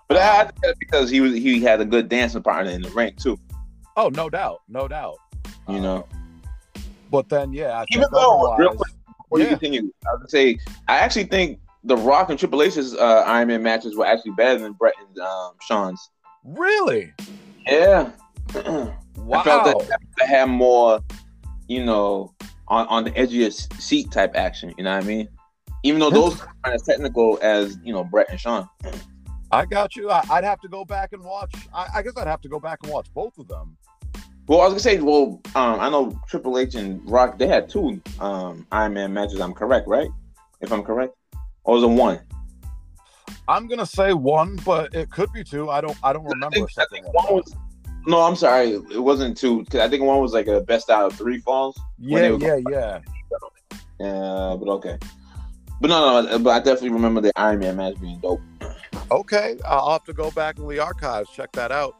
Speaker 1: But I, I think that's because he was he had a good dancing partner in the ring too.
Speaker 2: Oh, no doubt. No doubt.
Speaker 1: You
Speaker 2: Um,
Speaker 1: know.
Speaker 2: But then, yeah. I
Speaker 1: Even
Speaker 2: think
Speaker 1: though- real
Speaker 2: otherwise-
Speaker 1: Before you
Speaker 2: Yeah.
Speaker 1: continue, I would say I actually think the Rock and Triple H's uh, Iron Man matches were actually better than Brett and um, Sean's.
Speaker 2: Really?
Speaker 1: <clears throat> Yeah, I
Speaker 2: Wow.
Speaker 1: felt that they had more, you know, on, on the edge of your s- seat type action. You know what I mean? Even though those aren't as technical as you know Brett and Sean.
Speaker 2: I got you. I, I'd have to go back and watch. I, I guess I'd have to go back and watch both of them.
Speaker 1: Well, I was gonna say, well, um, I know Triple H and Rock they had two um, Iron Man matches. I'm correct, right? If I'm correct, or was it one?
Speaker 2: I'm gonna say one, but it could be two. I don't. I don't remember.
Speaker 1: I think, I
Speaker 2: something
Speaker 1: think
Speaker 2: like
Speaker 1: one
Speaker 2: that.
Speaker 1: was No, I'm sorry. It wasn't two. Cause I think one was like a best out of three falls.
Speaker 3: Yeah, yeah, yeah.
Speaker 1: Uh, but okay. But no, no. But I definitely remember the Iron Man match being dope.
Speaker 2: Okay, I'll have to go back in the archives check that out.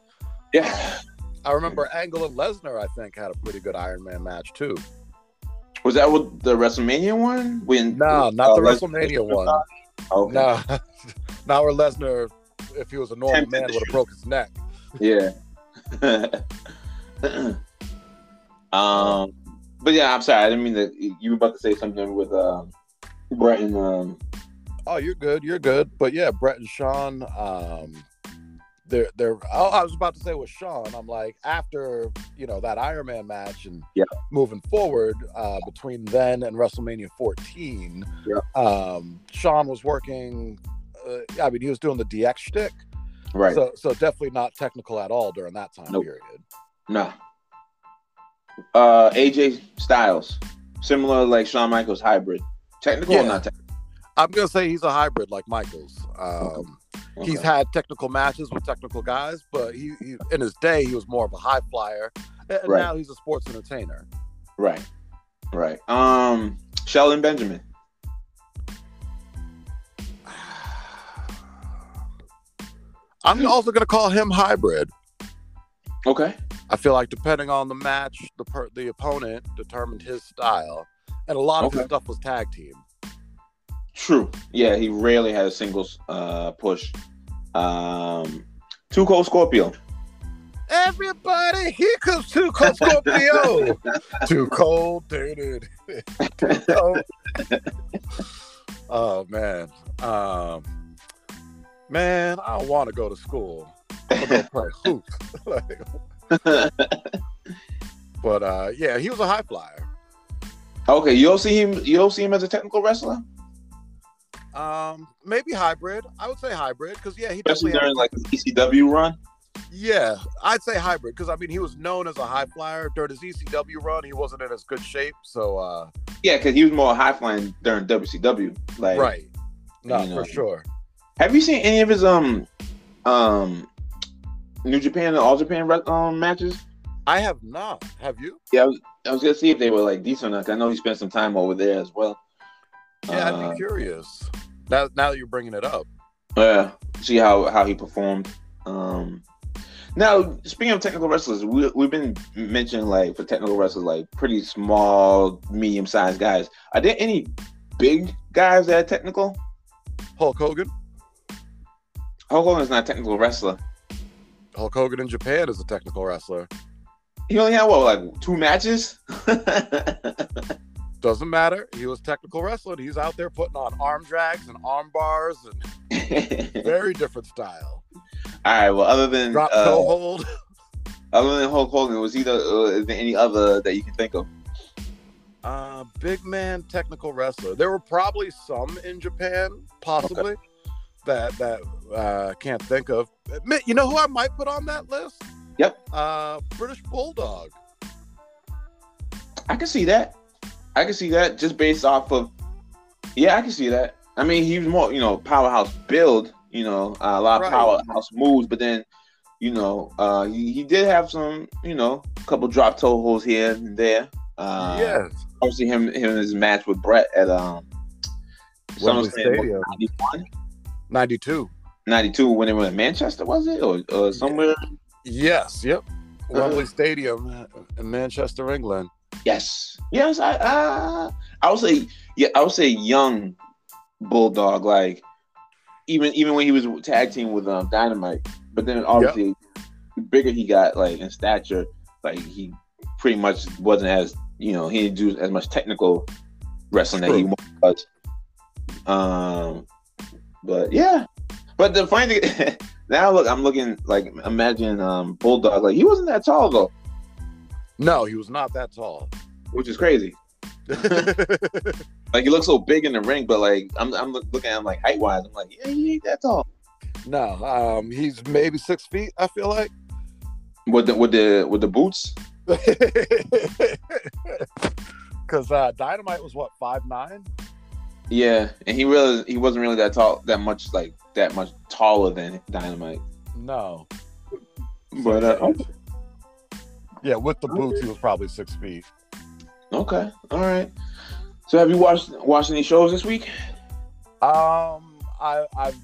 Speaker 1: Yeah. <laughs>
Speaker 2: I remember Angle and Lesnar. I think had a pretty good Iron Man match too.
Speaker 1: Was that with the WrestleMania one? When
Speaker 2: No, not
Speaker 1: uh,
Speaker 2: the
Speaker 1: Les- <laughs>
Speaker 2: WrestleMania one.
Speaker 1: Okay.
Speaker 2: No, <laughs> not where Lesnar, if he was a normal
Speaker 1: Tempted
Speaker 2: man,
Speaker 1: to
Speaker 2: would have
Speaker 1: shoot.
Speaker 2: broke his neck. <laughs>
Speaker 1: Yeah. <clears throat> um, but yeah, I'm sorry. I didn't mean that. You were about to say something with um, Brett and um,
Speaker 2: Oh, you're good. You're good. But yeah, Brett and Sean, um, they're they're. Oh, I was about to say with Sean, I'm like after you know that Iron Man match and
Speaker 1: Yeah.
Speaker 2: moving forward uh, between then and WrestleMania 14,
Speaker 1: Yeah.
Speaker 2: um, Sean was working. Uh, I mean, he was doing the DX shtick,
Speaker 1: right.
Speaker 2: so so definitely not technical at all during that time
Speaker 1: Nope.
Speaker 2: period.
Speaker 1: No. Uh, AJ Styles, similar like Shawn Michaels hybrid. Technical or
Speaker 2: Yeah.
Speaker 1: not technical?
Speaker 2: I'm gonna say he's a hybrid like Michaels. Um, He's
Speaker 1: Okay.
Speaker 2: had technical matches with technical guys, but he, he in his day he was more of a high flyer, and
Speaker 1: Right.
Speaker 2: now he's a
Speaker 1: <sighs>
Speaker 2: sports entertainer.
Speaker 1: right, right. Um, Sheldon Benjamin.
Speaker 2: I'm also going to call him hybrid.
Speaker 1: Okay.
Speaker 2: I feel like depending on the match, the per- the opponent determined his style, and a lot of his
Speaker 1: Okay.
Speaker 2: stuff was tag team.
Speaker 1: True. Yeah, he rarely had a singles uh, push. Um, Two Cold Scorpio.
Speaker 2: Everybody, here comes Too
Speaker 1: <laughs>
Speaker 2: Cold Scorpio. Too cold, dude. <laughs> Too cold. Oh man, um, man, I want to go to school. I'm gonna
Speaker 1: <laughs>
Speaker 2: play hoop. <laughs> Like, but uh, yeah, he was a high flyer.
Speaker 1: Okay, you don't see him. You don't see him as a technical wrestler,
Speaker 2: Um, maybe hybrid. I would say hybrid because yeah, he
Speaker 1: especially
Speaker 2: definitely had-
Speaker 1: during like his ECW run.
Speaker 2: yeah, I'd say hybrid because I mean he was known as a high flyer during his ECW run. He wasn't in as good shape, so uh,
Speaker 1: Yeah, because he was more high flying during WCW. Like,
Speaker 2: right, no,
Speaker 1: You know.
Speaker 2: for sure.
Speaker 1: Have you seen any of his um um New Japan and All Japan re- um matches?
Speaker 2: I have not. Have you?
Speaker 1: I was gonna see if they were like decent or not. 'cause I know he spent some time over there as well.
Speaker 2: Yeah, I'd
Speaker 1: Uh,
Speaker 2: be curious. Now, now that you're bringing it up,
Speaker 1: Yeah, see how how he performed. Um, now speaking of technical wrestlers, we we've been mentioning like for technical wrestlers, like pretty small, medium sized guys. Are there any big guys that are technical?
Speaker 2: Hulk Hogan.
Speaker 1: Hulk Hogan's not a technical wrestler.
Speaker 2: Hulk Hogan in Japan is a technical wrestler.
Speaker 1: He only had what like two matches. <laughs>
Speaker 2: Doesn't matter. He was technical wrestler. He's out there putting on arm drags and arm bars
Speaker 1: <laughs>
Speaker 2: and
Speaker 1: All
Speaker 2: very different style.
Speaker 1: right. Well, other than
Speaker 2: Drop
Speaker 1: uh,
Speaker 2: toe hold.
Speaker 1: other than Hulk Hogan, was he the uh, is there any other that you can think of?
Speaker 2: Uh, big man technical wrestler. There were probably some in Japan, possibly, that that uh, I can't think of. Admit- You know who I might put on that list?
Speaker 1: Yep.
Speaker 2: Uh, British Bulldog.
Speaker 1: I can see that. I can see that just based off of. Yeah, I can see that. I mean, he was more, you know, powerhouse build, you know, uh, a lot
Speaker 2: Right.
Speaker 1: of powerhouse moves, but then, you know, uh, he, he did have some, you know, a couple drop toe holes here and there. Uh,
Speaker 2: yes.
Speaker 1: Obviously, him, him and his match with Brett at um,
Speaker 2: Wembley
Speaker 1: SummerSlam
Speaker 2: Stadium.
Speaker 1: 91,
Speaker 2: 92.
Speaker 1: 92 when they were in Manchester, was it? Or, or somewhere?
Speaker 2: Yes. Yep.
Speaker 1: Uh-huh.
Speaker 2: Wembley Stadium in Manchester, England.
Speaker 1: Yes. Yes, I uh, I would say yeah, I would say young Bulldog, like even even when he was tag team with um, Dynamite. But then obviously the bigger he got like in stature, like he pretty much wasn't as you know, he didn't do as much technical wrestling that he
Speaker 2: True.
Speaker 1: was. Um but yeah. But the funny thing <laughs> now look I'm looking like imagine um Bulldog, like he wasn't that tall though,
Speaker 2: No, he was not that
Speaker 1: <laughs>
Speaker 2: tall.
Speaker 1: which is crazy. Like he looks so big in the ring, but like I'm, I'm look- looking at him like height wise, I'm like, yeah, he ain't that tall.
Speaker 2: no, um, he's maybe six feet. I feel like. <laughs>
Speaker 1: With the with the with the boots,
Speaker 2: Because uh, Dynamite was what five nine.
Speaker 1: yeah, and he realized he wasn't really that tall, that much like that much taller than Dynamite.
Speaker 2: No,
Speaker 1: But uh,
Speaker 2: Yeah, with the boots, he was probably six feet.
Speaker 1: Okay. All right. So have you watched watched any shows this week?
Speaker 2: Um, I I've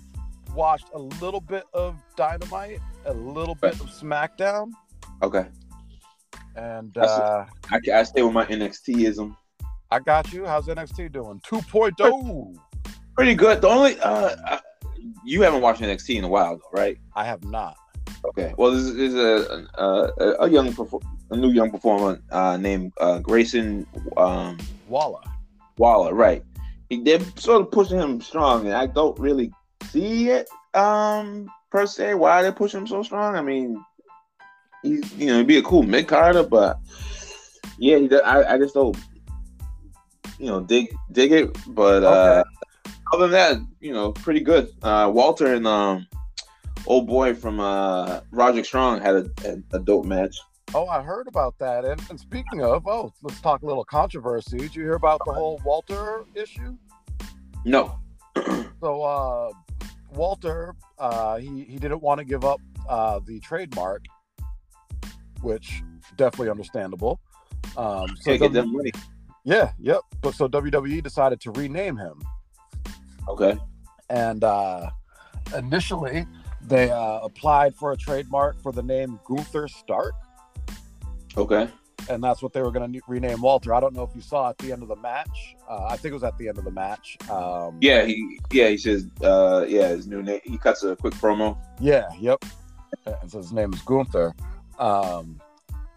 Speaker 2: watched a little bit of Dynamite, a little bit of SmackDown,
Speaker 1: Okay.
Speaker 2: and
Speaker 1: That's it.
Speaker 2: uh,
Speaker 1: I, ca- I stay with my NXTism.
Speaker 2: I got you. How's NXT doing? oh. 2.0.
Speaker 1: Pretty good. The only uh, I, you haven't watched NXT in a while, though, right?
Speaker 2: I have not.
Speaker 1: Okay. Well, this is a uh, a, a, a young perfor- a new young performer uh, named uh, Grayson um,
Speaker 2: Walla.
Speaker 1: Waller, right? He, they're sort of pushing him strong, and I don't really see it um, per se why they're pushing him so strong. I mean, he's you know he'd be a cool mid carder, but yeah, he, do- I I just don't you know dig dig it. But uh, other than that, you know, pretty good. Uh, Walter and um, old boy from uh, Roger Strong had a, a, a dope match.
Speaker 2: Oh, I heard about that. And, and speaking of, oh, let's talk a little controversy. Did you hear about the whole Walter issue?
Speaker 1: No,
Speaker 2: So uh, Walter, uh, he he didn't want to give up uh, the trademark, which definitely understandable. Um,
Speaker 1: can't
Speaker 2: so
Speaker 1: get
Speaker 2: W-
Speaker 1: them money.
Speaker 2: yeah, yep. But so WWE decided to rename him,
Speaker 1: Okay,
Speaker 2: and uh, initially they uh, applied for a trademark for the name Gunther Stark,
Speaker 1: okay,
Speaker 2: and that's what they were going to rename Walter. I don't know if you saw at the end of the match. Uh, I think it was at the end of the match. Um,
Speaker 1: yeah, he yeah he says uh, yeah his new name. He cuts a quick promo.
Speaker 2: Yeah, yep. And so his name is Gunther. Um,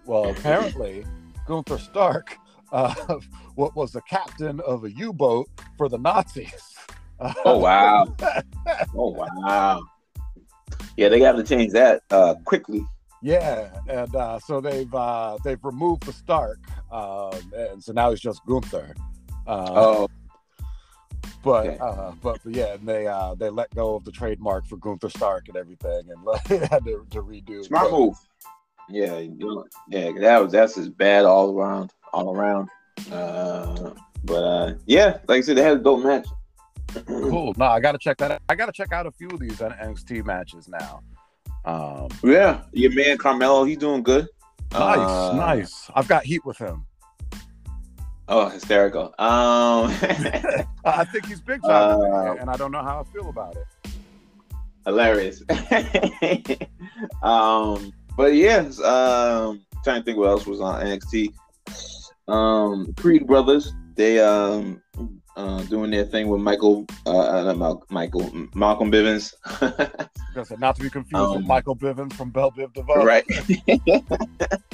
Speaker 2: well, apparently, Gunther Stark uh, <laughs> what was the captain of a U boat for the Nazis.
Speaker 1: Oh wow!
Speaker 2: <laughs>
Speaker 1: oh wow! Yeah, they have to change that uh, quickly.
Speaker 2: yeah, and uh, so they've uh, they've removed the Stark, um, and so now he's just Gunther. Uh,
Speaker 1: Oh,
Speaker 2: but,
Speaker 1: okay.
Speaker 2: uh, but but yeah, and they uh, they let go of the trademark for Gunther Stark and everything, and <laughs> had to, to redo.
Speaker 1: smart
Speaker 2: but-
Speaker 1: move. Yeah, you know, yeah, that was that's as bad all around, all around. Uh, but uh, yeah, like I said, they had a dope match.
Speaker 2: cool. No, I gotta check that out. I gotta check out a few of these NXT matches now. Um,
Speaker 1: Yeah, your man Carmelo, he's doing good.
Speaker 2: nice,
Speaker 1: Uh,
Speaker 2: nice. I've got heat with him.
Speaker 1: Oh, hysterical. Um, <laughs>
Speaker 2: I I think he's big time,
Speaker 1: Uh,
Speaker 2: and I don't know how I feel about it.
Speaker 1: hilarious. <laughs> um, but yes, um, trying to think what else was on NXT. Um, Creed Brothers, they um uh, doing their thing with Michael, uh, uh, not Mal- Michael, Malcolm Bivens, <laughs>
Speaker 2: Because not to be confused with
Speaker 1: Um,
Speaker 2: Michael Bivens from Bell Biv DeVoe.
Speaker 1: right?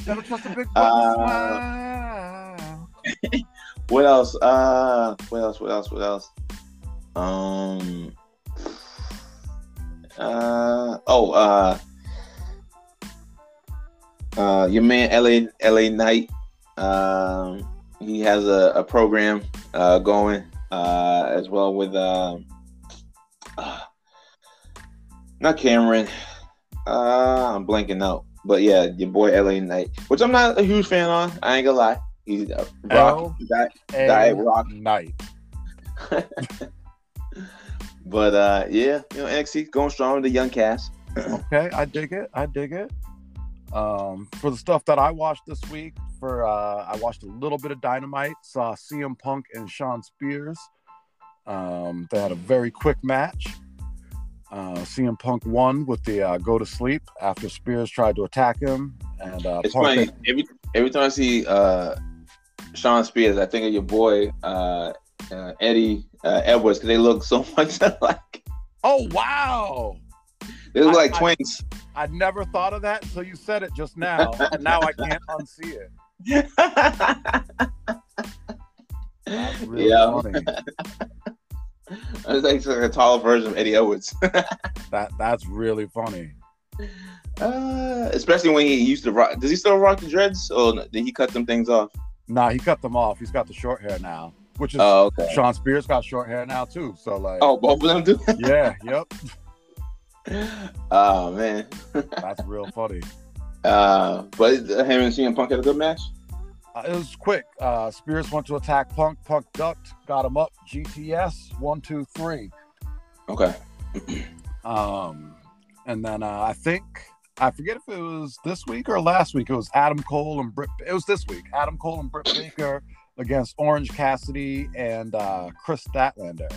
Speaker 2: Never trust a big button
Speaker 1: Uh,
Speaker 2: smile.
Speaker 1: What else? Uh, what else? What else? What else? Um. Uh oh. Uh. Uh, your man La La Knight. Um, he has a, a program uh going uh as well with um. Uh, not Cameron. Uh, I'm blanking out. But yeah, your boy La Knight, which I'm not a huge fan on. I ain't gonna lie. He's a rock.
Speaker 2: L.
Speaker 1: guy.
Speaker 2: A
Speaker 1: Diet Rock.
Speaker 2: Night.
Speaker 1: But uh, yeah, you know, NXT going strong with the young cast.
Speaker 2: Okay, I dig it. I dig it. Um, for the stuff that I watched this week, for uh, I watched a little bit of Dynamite. Saw CM Punk and Sean Spears. Um, they had a very quick match. Uh, CM Punk won with the uh, go to sleep after Spears tried to attack him, and uh,
Speaker 1: It's
Speaker 2: Punk
Speaker 1: funny
Speaker 2: hit-
Speaker 1: every every time I see uh, Sean Spears, I think of your boy uh, uh, Eddie uh, Edwards because they look so <laughs> much alike.
Speaker 2: Oh wow!
Speaker 1: They look
Speaker 2: I-
Speaker 1: like
Speaker 2: I-
Speaker 1: twins. <laughs>
Speaker 2: I never thought of that until you said it just now, and now I can't unsee it. That's really
Speaker 1: yeah,
Speaker 2: funny.
Speaker 1: it's like, it's like a taller version of Eddie Edwards, <laughs>
Speaker 2: That that's really funny.
Speaker 1: uh, especially when he used to rock. Does he still rock the dreads, or did he cut them things off?
Speaker 2: Nah, he cut them off. He's got the short hair now, which is
Speaker 1: Oh, okay.
Speaker 2: Sean Spears got short hair now too. So like,
Speaker 1: Oh, both of them do. <laughs>
Speaker 2: yeah, yep,
Speaker 1: Oh man.
Speaker 2: that's real funny.
Speaker 1: Uh, but him and CM Punk had a good match.
Speaker 2: Uh, it was quick. Uh, Spears went to attack Punk. Punk ducked, got him up. GTS one two three.
Speaker 1: Okay.
Speaker 2: Um, and then uh, I think I forget if it was this week or last week. It was Adam Cole and Britt. It was this week. Adam Cole and Britt Baker against Orange Cassidy and uh, Chris Statlander.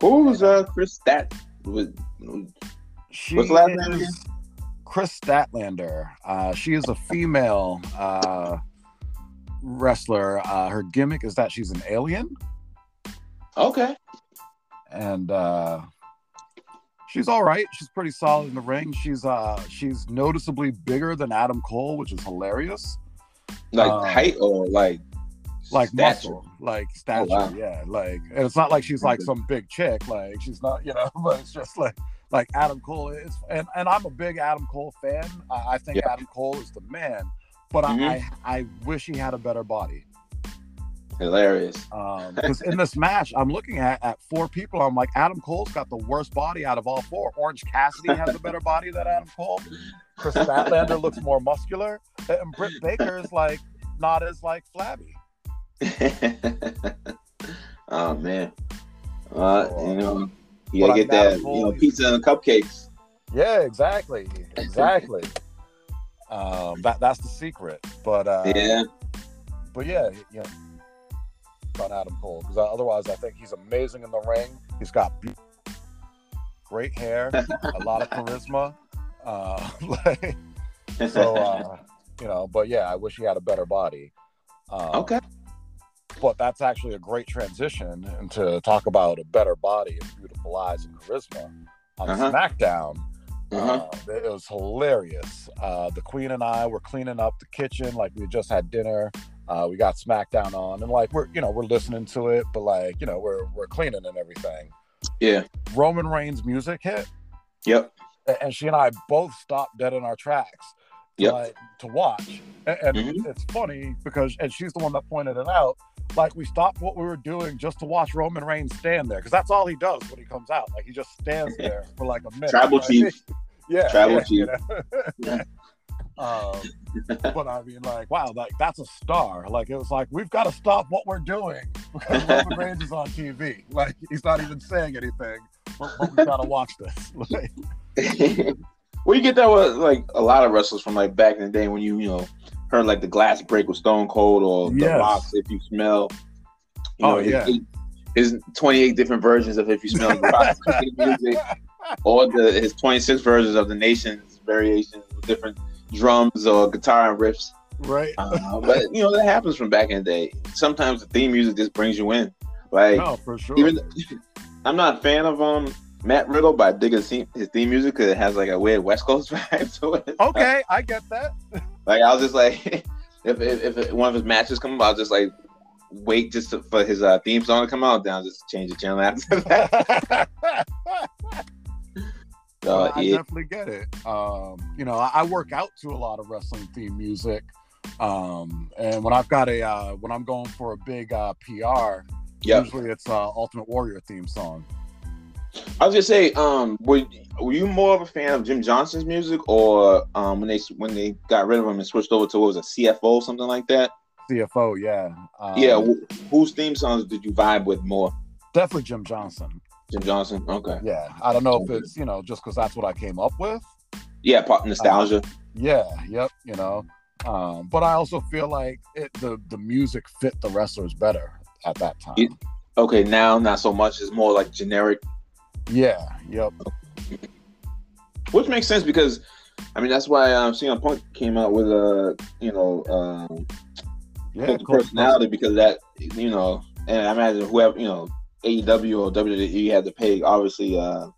Speaker 1: Who's uh Chris Stat? Was,
Speaker 2: She
Speaker 1: What's the last name
Speaker 2: is Chris Statlander. Uh, she is a female uh, wrestler. Uh, her gimmick is that she's an alien,
Speaker 1: okay.
Speaker 2: and uh, she's all right. She's pretty solid in the ring. She's uh, she's noticeably bigger than Adam Cole, which is hilarious.
Speaker 1: Like
Speaker 2: Um,
Speaker 1: height or like
Speaker 2: Like
Speaker 1: stature? Oh,
Speaker 2: muscle, like stature,
Speaker 1: wow.
Speaker 2: yeah. Like, and it's not like she's like some big chick. Like, she's not, you know. <laughs> But it's just like like Adam Cole is, and and I'm a big Adam Cole fan. I, I think
Speaker 1: Yeah.
Speaker 2: Adam Cole is the man. But
Speaker 1: Mhm.
Speaker 2: I, I I wish he had a better body.
Speaker 1: Hilarious. <laughs>
Speaker 2: because in this match I'm looking at at four people, I'm like Adam Cole's got the worst body out of all four. Orange Cassidy has a better body than Adam Cole. Chris Statlander looks more muscular, and Britt Baker is like not as like flabby.
Speaker 1: oh man. Uh, you know, you
Speaker 2: Well,
Speaker 1: gotta get
Speaker 2: I'm
Speaker 1: that
Speaker 2: Adam Cole.
Speaker 1: you know pizza and cupcakes.
Speaker 2: Yeah, exactly, exactly. um, that that's the secret. But uh,
Speaker 1: yeah,
Speaker 2: but yeah, yeah. On Adam Cole, because uh, otherwise I think he's amazing in the ring. He's got be- great hair, a lot of charisma. <laughs> Uh, like, so uh, you know, but yeah, I wish he had a better body. Um,
Speaker 1: <laughs> okay.
Speaker 2: but that's actually a great transition and to talk about a better body and beautiful eyes and charisma on
Speaker 1: Uh-huh.
Speaker 2: SmackDown.
Speaker 1: Uh-huh.
Speaker 2: Uh, it was hilarious. Uh, the Queen and I were cleaning up the kitchen like we just had dinner. Uh, we got SmackDown on, and like we're you know we're listening to it, but like you know we're we're cleaning and everything.
Speaker 1: Yeah.
Speaker 2: Roman Reigns music hit, <laughs>
Speaker 1: Yep.
Speaker 2: a- and she and I both stopped dead in our tracks to,
Speaker 1: Yep.
Speaker 2: like, to watch. And, and
Speaker 1: Mhm.
Speaker 2: it's funny because, and she's the one that pointed it out. Like, we stopped what we were doing just to watch Roman Reigns stand there because that's all he does when he comes out. Like, he just
Speaker 1: <laughs>
Speaker 2: stands there for like a minute.
Speaker 1: Tribal
Speaker 2: <laughs> Like,
Speaker 1: chief.
Speaker 2: Yeah.
Speaker 1: Tribal
Speaker 2: <laughs> yeah,
Speaker 1: chief.
Speaker 2: you know?
Speaker 1: <laughs>
Speaker 2: um, but I mean, like, wow, like that's a star. Like, it was like, we've got to stop what we're doing because Roman Reigns is on TV. Like, he's not even saying anything, but, but we've got to watch this. <laughs> Like,
Speaker 1: well, you get that with like a lot of wrestlers from like back in the day when you you know heard like the glass break with Stone Cold or the
Speaker 2: Yes.
Speaker 1: rocks if you smell. You
Speaker 2: Oh,
Speaker 1: know,
Speaker 2: yeah.
Speaker 1: His, his 28 different versions of if you smell
Speaker 2: <laughs>
Speaker 1: the rocks music, or the his 26 versions of the nation's variations with different drums or guitar and riffs.
Speaker 2: right?
Speaker 1: Uh, but you know that happens from back in the day. Sometimes the theme music just brings you in. Like
Speaker 2: no, for sure.
Speaker 1: even <laughs> I'm not a fan of um Matt Riddle, but I dig his theme, his theme music because it has like a weird West Coast <laughs> vibe to it.
Speaker 2: okay, I get
Speaker 1: <laughs>
Speaker 2: that.
Speaker 1: Like I was just like, <laughs> if, if if one of his matches come up, I'll just like wait just to, for his uh, theme song to come out. Then I'll just change the channel after <laughs>
Speaker 2: <laughs>
Speaker 1: that. So,
Speaker 2: I
Speaker 1: Uh, yeah.
Speaker 2: definitely get it. Um, you know, I, I work out to a lot of wrestling theme music, um, and when I've got a uh, when I'm going for a big uh, PR,
Speaker 1: Yep.
Speaker 2: usually it's uh, Ultimate Warrior theme song.
Speaker 1: I was gonna say, um, were, were you more of a fan of Jim Johnson's music, or um, when they when they got rid of him and switched over to what was a CFO, something like that?
Speaker 2: CFO, yeah, um,
Speaker 1: Yeah, wh- whose theme songs did you vibe with more?
Speaker 2: definitely Jim Johnson.
Speaker 1: Jim Johnson. Okay.
Speaker 2: Yeah, I don't know if it's you know just because that's what I came up with.
Speaker 1: Yeah, pop nostalgia.
Speaker 2: Yeah, yep, you know, um, but I also feel like it, the the music fit the wrestlers better at that time.
Speaker 1: Yeah. Okay, now not so much. It's more like generic,
Speaker 2: Yeah, yep.
Speaker 1: which makes sense because, I mean, that's why um, CM Punk came out with a you know um,
Speaker 2: Yeah,
Speaker 1: cult of
Speaker 2: Cole-
Speaker 1: personality because that you know, and I imagine whoever you know AEW or WWE had to pay obviously. Uh,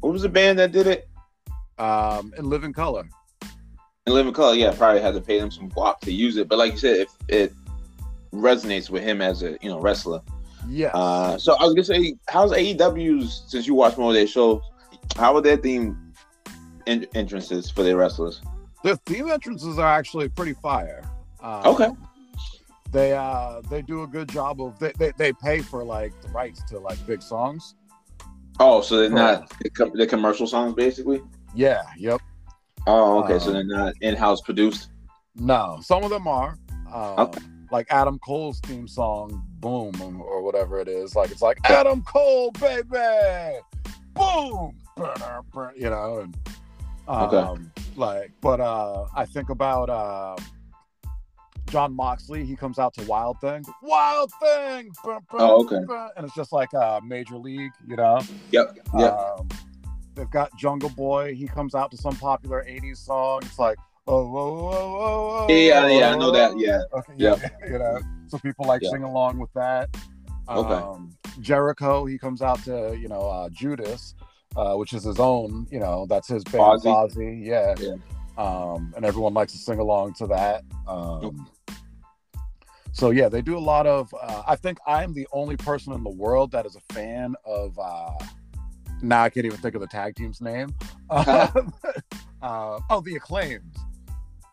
Speaker 1: what was the band that did it?
Speaker 2: um, and live in color.
Speaker 1: And Living Color, yeah, probably had to pay them some guap to use it. But like you said, if it resonates with him as a you know wrestler.
Speaker 2: Yes.
Speaker 1: Uh, so I was gonna say, how's AEW's since you watch more of their shows? How are their theme en- entrances for their wrestlers?
Speaker 2: their theme entrances are actually pretty fire. Um,
Speaker 1: Okay.
Speaker 2: They uh they do a good job of they, they, they pay for like the rights to like big songs.
Speaker 1: Oh, so they're not the com- the commercial songs basically.
Speaker 2: Yeah, yep.
Speaker 1: Oh, okay, so
Speaker 2: Um,
Speaker 1: they're not in house produced.
Speaker 2: No, some of them are. Um,
Speaker 1: Okay.
Speaker 2: Like Adam Cole's theme song, Boom, or whatever it is. Like it's like Adam Cole, baby, boom, Burr, burr, you know. And Um,
Speaker 1: Okay.
Speaker 2: Like, but uh, I think about uh, John Moxley. He comes out to Wild Thing. Wild Thing. Bum, bum,
Speaker 1: Oh, okay.
Speaker 2: bum, and it's just like uh, Major League, you know.
Speaker 1: Yep. Yep.
Speaker 2: Um, they've got Jungle Boy. He comes out to some popular '80s song. It's like, oh, whoa, whoa, whoa, whoa.
Speaker 1: yeah, yeah, I know that. Yeah.
Speaker 2: Okay, yeah,
Speaker 1: Yep.
Speaker 2: you know, so people like
Speaker 1: Yeah.
Speaker 2: sing along with that.
Speaker 1: Okay.
Speaker 2: Um, Jericho, he comes out to you know uh, Judas, uh, which is his own, you know, that's his band,
Speaker 1: Ozzy.
Speaker 2: Ozzy, yeah.
Speaker 1: Yeah.
Speaker 2: Um, and everyone likes to sing along to that. Um, so yeah, they do a lot of. Uh, I think I am the only person in the world that is a fan of. Uh, now I can't even think of the tag
Speaker 1: <laughs>
Speaker 2: team's name. <laughs> uh, oh, the acclaimed.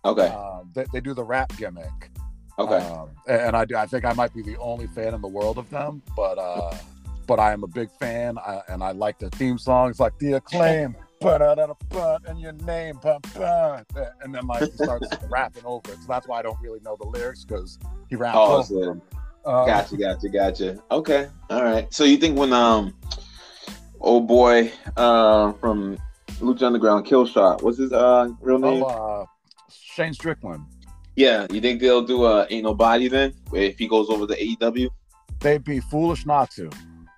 Speaker 1: Okay.
Speaker 2: Um, they, they do the rap gimmick.
Speaker 1: Okay.
Speaker 2: Um, and and I do. I think I might be the only fan in the world of them, but uh, but I am a big fan, I, and I like the theme songs, like the acclaim, ba-da-da-da-ba, and your name, ba- ba, and then like he
Speaker 1: <laughs>
Speaker 2: starts rapping over it. So that's why I don't really know the lyrics because he raps.
Speaker 1: Oh,
Speaker 2: over
Speaker 1: so-
Speaker 2: it. Um,
Speaker 1: gotcha, gotcha, gotcha. Okay. All right. So you think when um, oh boy, uh, from Lucha Underground, Killshot, what's his uh real name?
Speaker 2: oh, uh, Shane Strickland.
Speaker 1: Yeah, you think they'll do a ain't nobody then if he goes over to E AEW?
Speaker 2: They'd be foolish not to.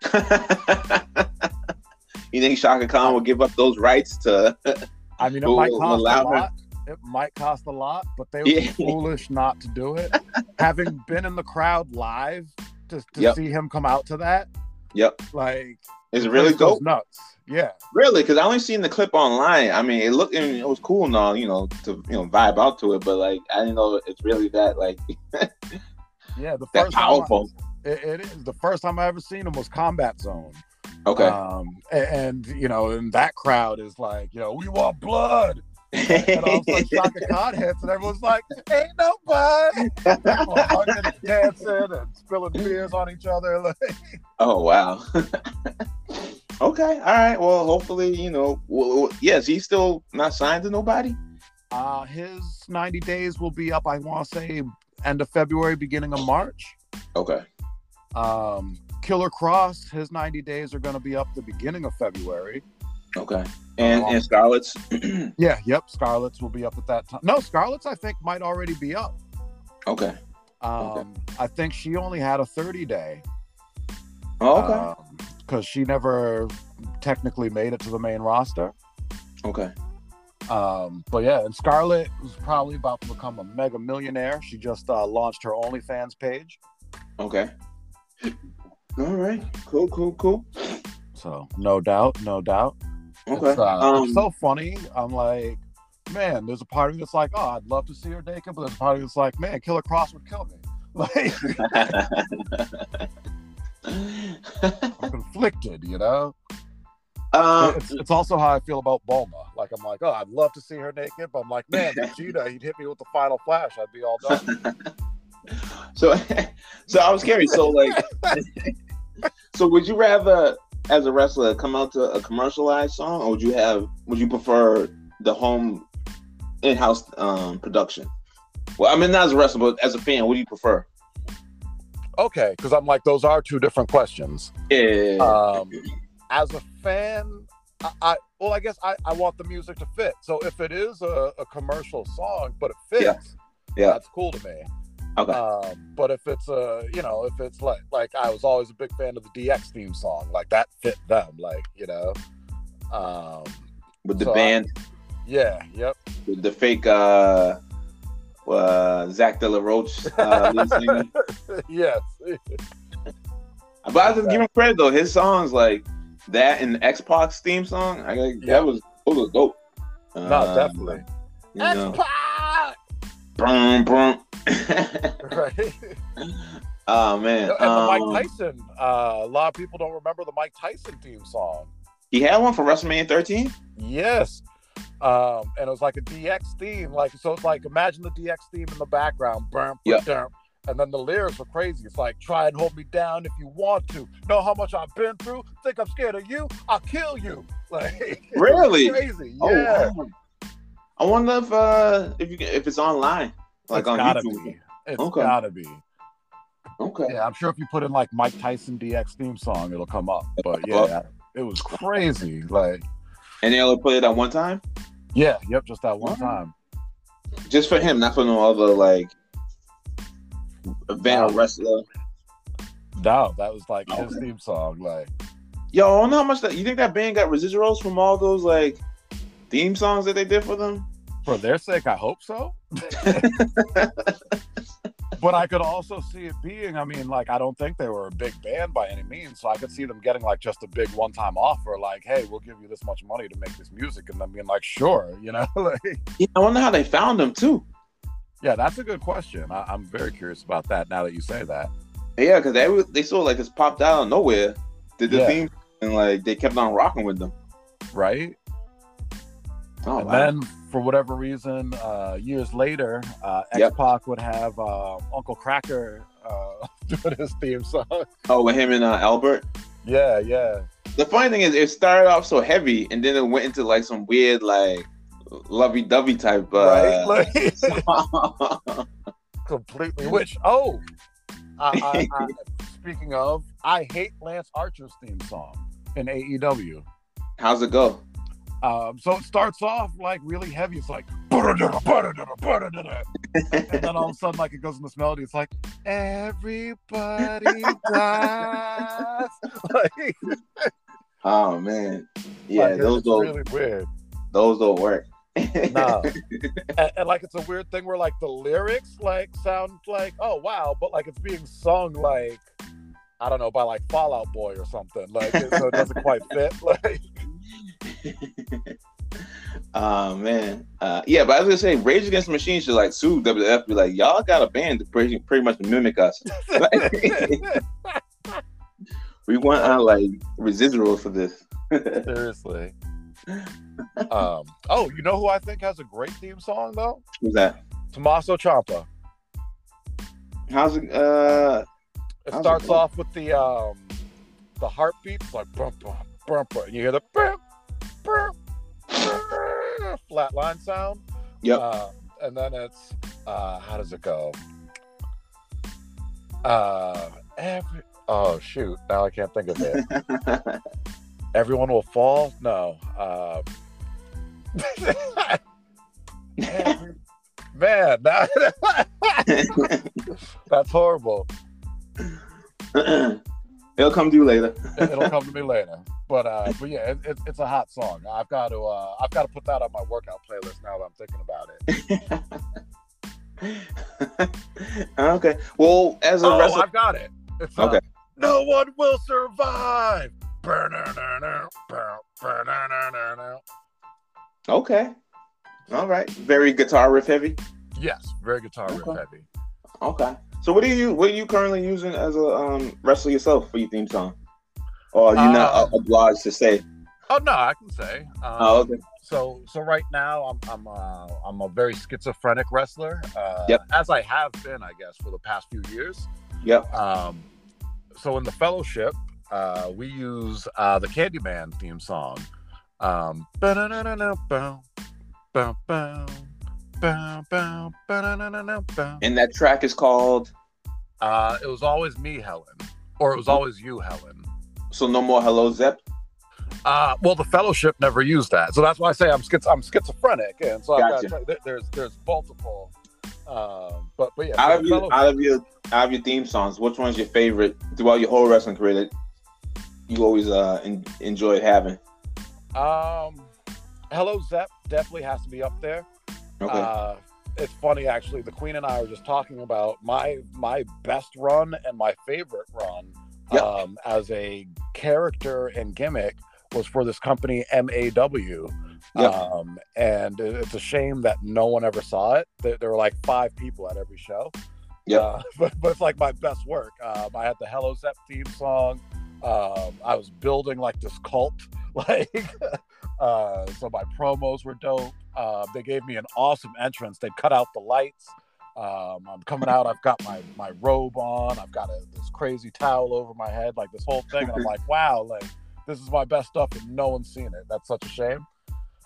Speaker 1: <laughs> you think Shaka Khan will give up those rights to? <laughs>
Speaker 2: I mean, it
Speaker 1: Who
Speaker 2: might
Speaker 1: will
Speaker 2: cost
Speaker 1: allow
Speaker 2: a
Speaker 1: her-
Speaker 2: lot. It might cost a lot, but they would
Speaker 1: Yeah. <laughs>
Speaker 2: be foolish not to do it. Having been in the crowd live to, to
Speaker 1: Yep.
Speaker 2: see him come out to that,
Speaker 1: yep,
Speaker 2: like
Speaker 1: it's really
Speaker 2: place goes
Speaker 1: dope.
Speaker 2: nuts. Yeah,
Speaker 1: Really, because I only seen the clip online. I mean, it looked and it was cool and all, you know, to you know vibe out to it, but like I didn't know it's really that like
Speaker 2: yeah. The
Speaker 1: that
Speaker 2: first
Speaker 1: powerful.
Speaker 2: Time I, it- it is the first time I ever seen him was Combat Zone.
Speaker 1: Okay.
Speaker 2: Um, a- and, you know, and that crowd is like, you know, we want blood. And
Speaker 1: <laughs>
Speaker 2: all of a sudden, Shaka Khan hits, and everyone's like, ain't
Speaker 1: <laughs>
Speaker 2: nobody. People are hugging and dancing and spilling beers on each other. <laughs> Like,
Speaker 1: Oh wow. <laughs> okay. All right. Well, hopefully, you know. w w- yes, he's still not signed to nobody.
Speaker 2: Uh, his 90 days will be up, I want to say, end of February, beginning of March.
Speaker 1: Okay.
Speaker 2: Um, Killer Cross, his 90 days are going to be up the beginning of February.
Speaker 1: Okay. And and Scarlett's.
Speaker 2: Yeah, yep. Scarlet's will be up at that time. No, Scarlet's, I think, might already be up.
Speaker 1: okay.
Speaker 2: Um,
Speaker 1: Okay.
Speaker 2: I think she only had a 30 day.
Speaker 1: Oh, okay.
Speaker 2: Uh, Because she never technically made it to the main roster.
Speaker 1: okay.
Speaker 2: Um, but yeah, and Scarlett was probably about to become a mega millionaire. She just uh, launched her OnlyFans page.
Speaker 1: Okay. All right. Cool. Cool. Cool.
Speaker 2: So, no doubt, no doubt.
Speaker 1: Okay.
Speaker 2: It's, uh,
Speaker 1: um,
Speaker 2: it's so funny. I'm like, man, there's a part of me that's like, oh, I'd love to see her naked, but there's a part of me that's like, man, Killer Cross would kill me. <laughs> Like, I'm conflicted, you know?
Speaker 1: <laughs> um,
Speaker 2: it's, it's also how I feel about Bulma. Like, I'm like, oh, I'd love to see her naked, but I'm like, man,
Speaker 1: <laughs>
Speaker 2: Vegeta, he'd hit me with the final flash. I'd be all done.
Speaker 1: so, <laughs> so I was curious. So, like, <laughs> so would you rather, as a wrestler, come out to a commercialized song, or would you have, would you prefer the home, in-house um, production? Well, I mean, not as a wrestler, but as a fan, what do you prefer?
Speaker 2: okay, because I'm like, those are two different questions.
Speaker 1: Yeah.
Speaker 2: Um, as a fan, I, I well, I guess I, I want the music to fit. So if it is a, a commercial song, but it fits,
Speaker 1: Yeah. Yeah.
Speaker 2: that's cool to me.
Speaker 1: okay.
Speaker 2: Um, but if it's a, you know, if it's like like I was always a big fan of the DX theme song, like that fit them, like you know, um,
Speaker 1: with the
Speaker 2: so I-
Speaker 1: band,
Speaker 2: yeah, yep, <laughs>
Speaker 1: with the fake uh, uh, Zach De La Roche
Speaker 2: <laughs>
Speaker 1: uh, lead singer.
Speaker 2: yes,
Speaker 1: But I just give him credit though. His songs like that and the X Pac theme song, I like,
Speaker 2: Yeah.
Speaker 1: that was those was dope.
Speaker 2: no,
Speaker 1: Um,
Speaker 2: definitely.
Speaker 1: you know,
Speaker 2: X-Pac!
Speaker 1: brum, brum.
Speaker 2: <laughs> Right,
Speaker 1: <laughs>
Speaker 2: <laughs>
Speaker 1: oh man,
Speaker 2: and the
Speaker 1: Um,
Speaker 2: Mike Tyson. Uh, a lot of people don't remember the Mike Tyson theme song.
Speaker 1: he had one for WrestleMania 13.
Speaker 2: Yes. Um, and it was like a DX theme, like so. It's like imagine the DX theme in the background, burn,
Speaker 1: Yeah.
Speaker 2: and then the lyrics were crazy. It's like try and hold me down if you want to. Know how much I've been through? Think I'm scared of you? I'll kill you. <laughs> Like it was
Speaker 1: Really?
Speaker 2: crazy. Yeah.
Speaker 1: Oh, wow. I wonder if uh if you can, if it's online, like
Speaker 2: it's
Speaker 1: on
Speaker 2: gotta
Speaker 1: YouTube.
Speaker 2: be. It's
Speaker 1: Okay.
Speaker 2: gotta be.
Speaker 1: Okay.
Speaker 2: Yeah, I'm sure if you put in like Mike Tyson DX theme song, it'll come up. But
Speaker 1: Well-
Speaker 2: yeah, it was crazy. Like
Speaker 1: And they only put it at one time.
Speaker 2: Yeah, yep, just that one time.
Speaker 1: Just for him, not for no other like event or wrestler.
Speaker 2: No, that was like his theme song. Like,
Speaker 1: Yo, I don't know how much that you think that band got residuals from all those like theme songs that they did for them?
Speaker 2: for their sake, I hope
Speaker 1: <laughs>
Speaker 2: so. but I could also see it being, I mean, like, I don't think they were a big band by any means. So I could see them getting like just a big one time offer, like, hey, we'll give you this much money to make this music. And then being like, sure, you know? <laughs> like,
Speaker 1: Yeah, I wonder how they found them too.
Speaker 2: yeah, that's a good question. I- I'm very curious about that now that you say that.
Speaker 1: Yeah, because they were- they sort of like just popped out of nowhere, did the
Speaker 2: Yeah.
Speaker 1: theme, and like they kept on rocking with them.
Speaker 2: Right?
Speaker 1: Oh,
Speaker 2: and
Speaker 1: wow.
Speaker 2: then for whatever reason, uh, years later, uh, X
Speaker 1: Yep.
Speaker 2: Pac would have uh, Uncle Cracker uh, <laughs> doing his theme song.
Speaker 1: oh, with him and uh, Albert.
Speaker 2: Yeah, yeah,
Speaker 1: The funny thing is, it started off so heavy, and then it went into like some weird like lovey-dovey type.
Speaker 2: right. <laughs>
Speaker 1: Uh,
Speaker 2: Like, completely. Which oh,
Speaker 1: <laughs>
Speaker 2: I, I, I, speaking of, I hate Lance Archer's theme song in AEW.
Speaker 1: <laughs> How's it <laughs> go?
Speaker 2: Um, so it starts off like really heavy. It's like "Ba-da-da-da, ba-da-da-da, ba-da-da-da." and then all of a sudden, like it goes in this melody. It's like
Speaker 1: <laughs>
Speaker 2: everybody dies. <laughs> like,
Speaker 1: Oh man, yeah,
Speaker 2: like,
Speaker 1: those
Speaker 2: it's
Speaker 1: don't
Speaker 2: really weird.
Speaker 1: those don't work.
Speaker 2: No. <laughs> and, and, like it's a weird thing where like the lyrics like sound like oh wow, but like it's being sung like I don't know by like Fallout Boy or something. Like it- so it <laughs> doesn't quite fit. Like
Speaker 1: Oh man, uh, yeah, but I was gonna say, Rage Against the Machine should like sue WF, be like, y'all got a band to pretty, pretty much mimic us.
Speaker 2: <laughs>
Speaker 1: we want our like residuals for this.
Speaker 2: seriously. Um. Oh, you know who I think has a great theme song though?
Speaker 1: Who's that?
Speaker 2: Tommaso Ciampa.
Speaker 1: How's it? Uh,
Speaker 2: It
Speaker 1: How's it
Speaker 2: starts
Speaker 1: going?
Speaker 2: off with the um the heartbeats like bum bum bum bum, and you hear the bum, bum, bum, flat line sound.
Speaker 1: yep.
Speaker 2: Uh, and then it's uh, how does it go? Uh, every oh shoot, now I can't think of it. Uh. Everyone will fall. No. Um, <laughs> every- man, now- <laughs> that's horrible.
Speaker 1: <laughs> It'll come due
Speaker 2: <laughs>
Speaker 1: later. <laughs>
Speaker 2: It- It'll come to me later. But uh, but yeah, it, it, it's a hot song. I've got to uh, I've got to put that on my workout playlist now that I'm thinking about it.
Speaker 1: okay. Well, as a
Speaker 2: oh,
Speaker 1: wrestler,
Speaker 2: I've got it. It's uh,
Speaker 1: Okay.
Speaker 2: no one will survive. Burr-ner-ner-ner, burr, burr-ner-ner-ner-ner.
Speaker 1: okay. All right. Very guitar riff heavy.
Speaker 2: Yes, very guitar riff
Speaker 1: Okay.
Speaker 2: heavy.
Speaker 1: Okay. So what are you what are you currently using as a um, wrestler yourself for your theme song? Or are you not
Speaker 2: Uh,
Speaker 1: uh, obliged to say?
Speaker 2: Oh no, I can say. Um,
Speaker 1: Oh, okay.
Speaker 2: So so right now I'm I'm uh, I'm a very schizophrenic wrestler. Uh,
Speaker 1: Yep.
Speaker 2: As I have been, I guess, for the past few years.
Speaker 1: Yep.
Speaker 2: Um, so in the fellowship, uh, we use uh, the Candyman theme song. Um, ba-da-da-da-da-bow, bow, bow, bow, bow, ba-da-da-da-da-bow.
Speaker 1: And that track is called
Speaker 2: uh, it was always me, Helen, or it was always you, Helen.
Speaker 1: So No More Hello Zep.
Speaker 2: Uh, well, the fellowship never used that, so that's why I say I'm schiz- I'm schizophrenic, and so I've
Speaker 1: Gotcha.
Speaker 2: got, there- there's there's multiple. Um, but but yeah, for
Speaker 1: Out of
Speaker 2: the
Speaker 1: your
Speaker 2: fellowship-
Speaker 1: out of your out of your theme songs, which one's your favorite throughout your whole wrestling career that you always uh en- enjoyed having?
Speaker 2: Um, Hello Zep definitely has to be up there.
Speaker 1: Okay.
Speaker 2: Uh, it's funny actually. The Queen and I were just talking about my my best run and my favorite run
Speaker 1: Yep.
Speaker 2: um, as a character and gimmick was for this company MAW.
Speaker 1: Yep.
Speaker 2: Um, and it- it's a shame that no one ever saw it. There, there were like five people at every show.
Speaker 1: Yep.
Speaker 2: Uh, <laughs> but, but it's like my best work. Um, I had the Hello Zep theme song. Um, I was building like this cult. <laughs> Like, uh, so my promos were dope. Uh, they gave me an awesome entrance. They cut out the lights. Um, I'm coming out. I've got my my robe on. I've got a, this crazy towel over my head. Like this whole thing. And
Speaker 1: <laughs>
Speaker 2: I'm like, wow, like this is my best stuff, and no one's seen it. That's such a shame.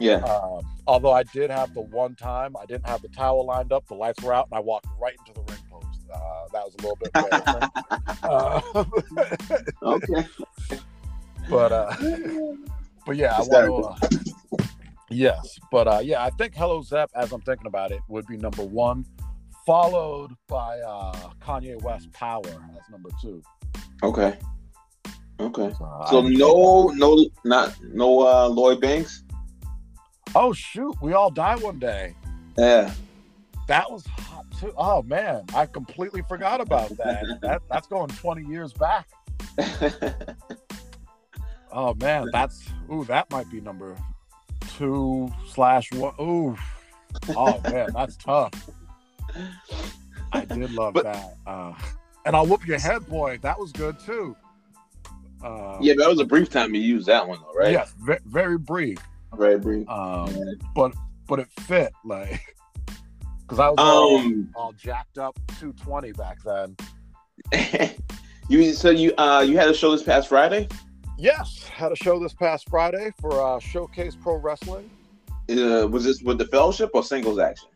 Speaker 1: yeah.
Speaker 2: Um, although I did have the one time I didn't have the towel lined up, the lights were out, and I walked right into the ring post. Uh, that was a little bit embarrassing. Uh, <laughs>
Speaker 1: Okay.
Speaker 2: but uh, but yeah,
Speaker 1: Is
Speaker 2: I want to. Uh, Yes, but uh, yeah, I think Hello Zep, as I'm thinking about it, would be number one, followed by uh, Kanye West Power as number two.
Speaker 1: Okay. Okay.
Speaker 2: Uh,
Speaker 1: So
Speaker 2: I-
Speaker 1: no, no, not no uh, Lloyd Banks.
Speaker 2: Oh shoot, we all die one day.
Speaker 1: Yeah. <laughs>
Speaker 2: That was hot too. Oh man, I completely forgot about that. that that's going 20 years back. Oh man, that's ooh, that might be number two slash one. Ooh, oh man,
Speaker 1: <laughs>
Speaker 2: that's tough. I did love
Speaker 1: But-
Speaker 2: that. Uh, and I'll whoop your head, boy. That was good too. Uh,
Speaker 1: yeah, that was a brief time you used that one though, right?
Speaker 2: Yes, ve- very brief.
Speaker 1: Right, brief.
Speaker 2: Um, but but it fit like <laughs> because I was all,
Speaker 1: Um, <laughs>
Speaker 2: all jacked up 220 back then.
Speaker 1: you so you uh you had a show this past Friday.
Speaker 2: Yes, had a show this past Friday for uh, Showcase Pro Wrestling.
Speaker 1: Uh, was this with the fellowship or singles action?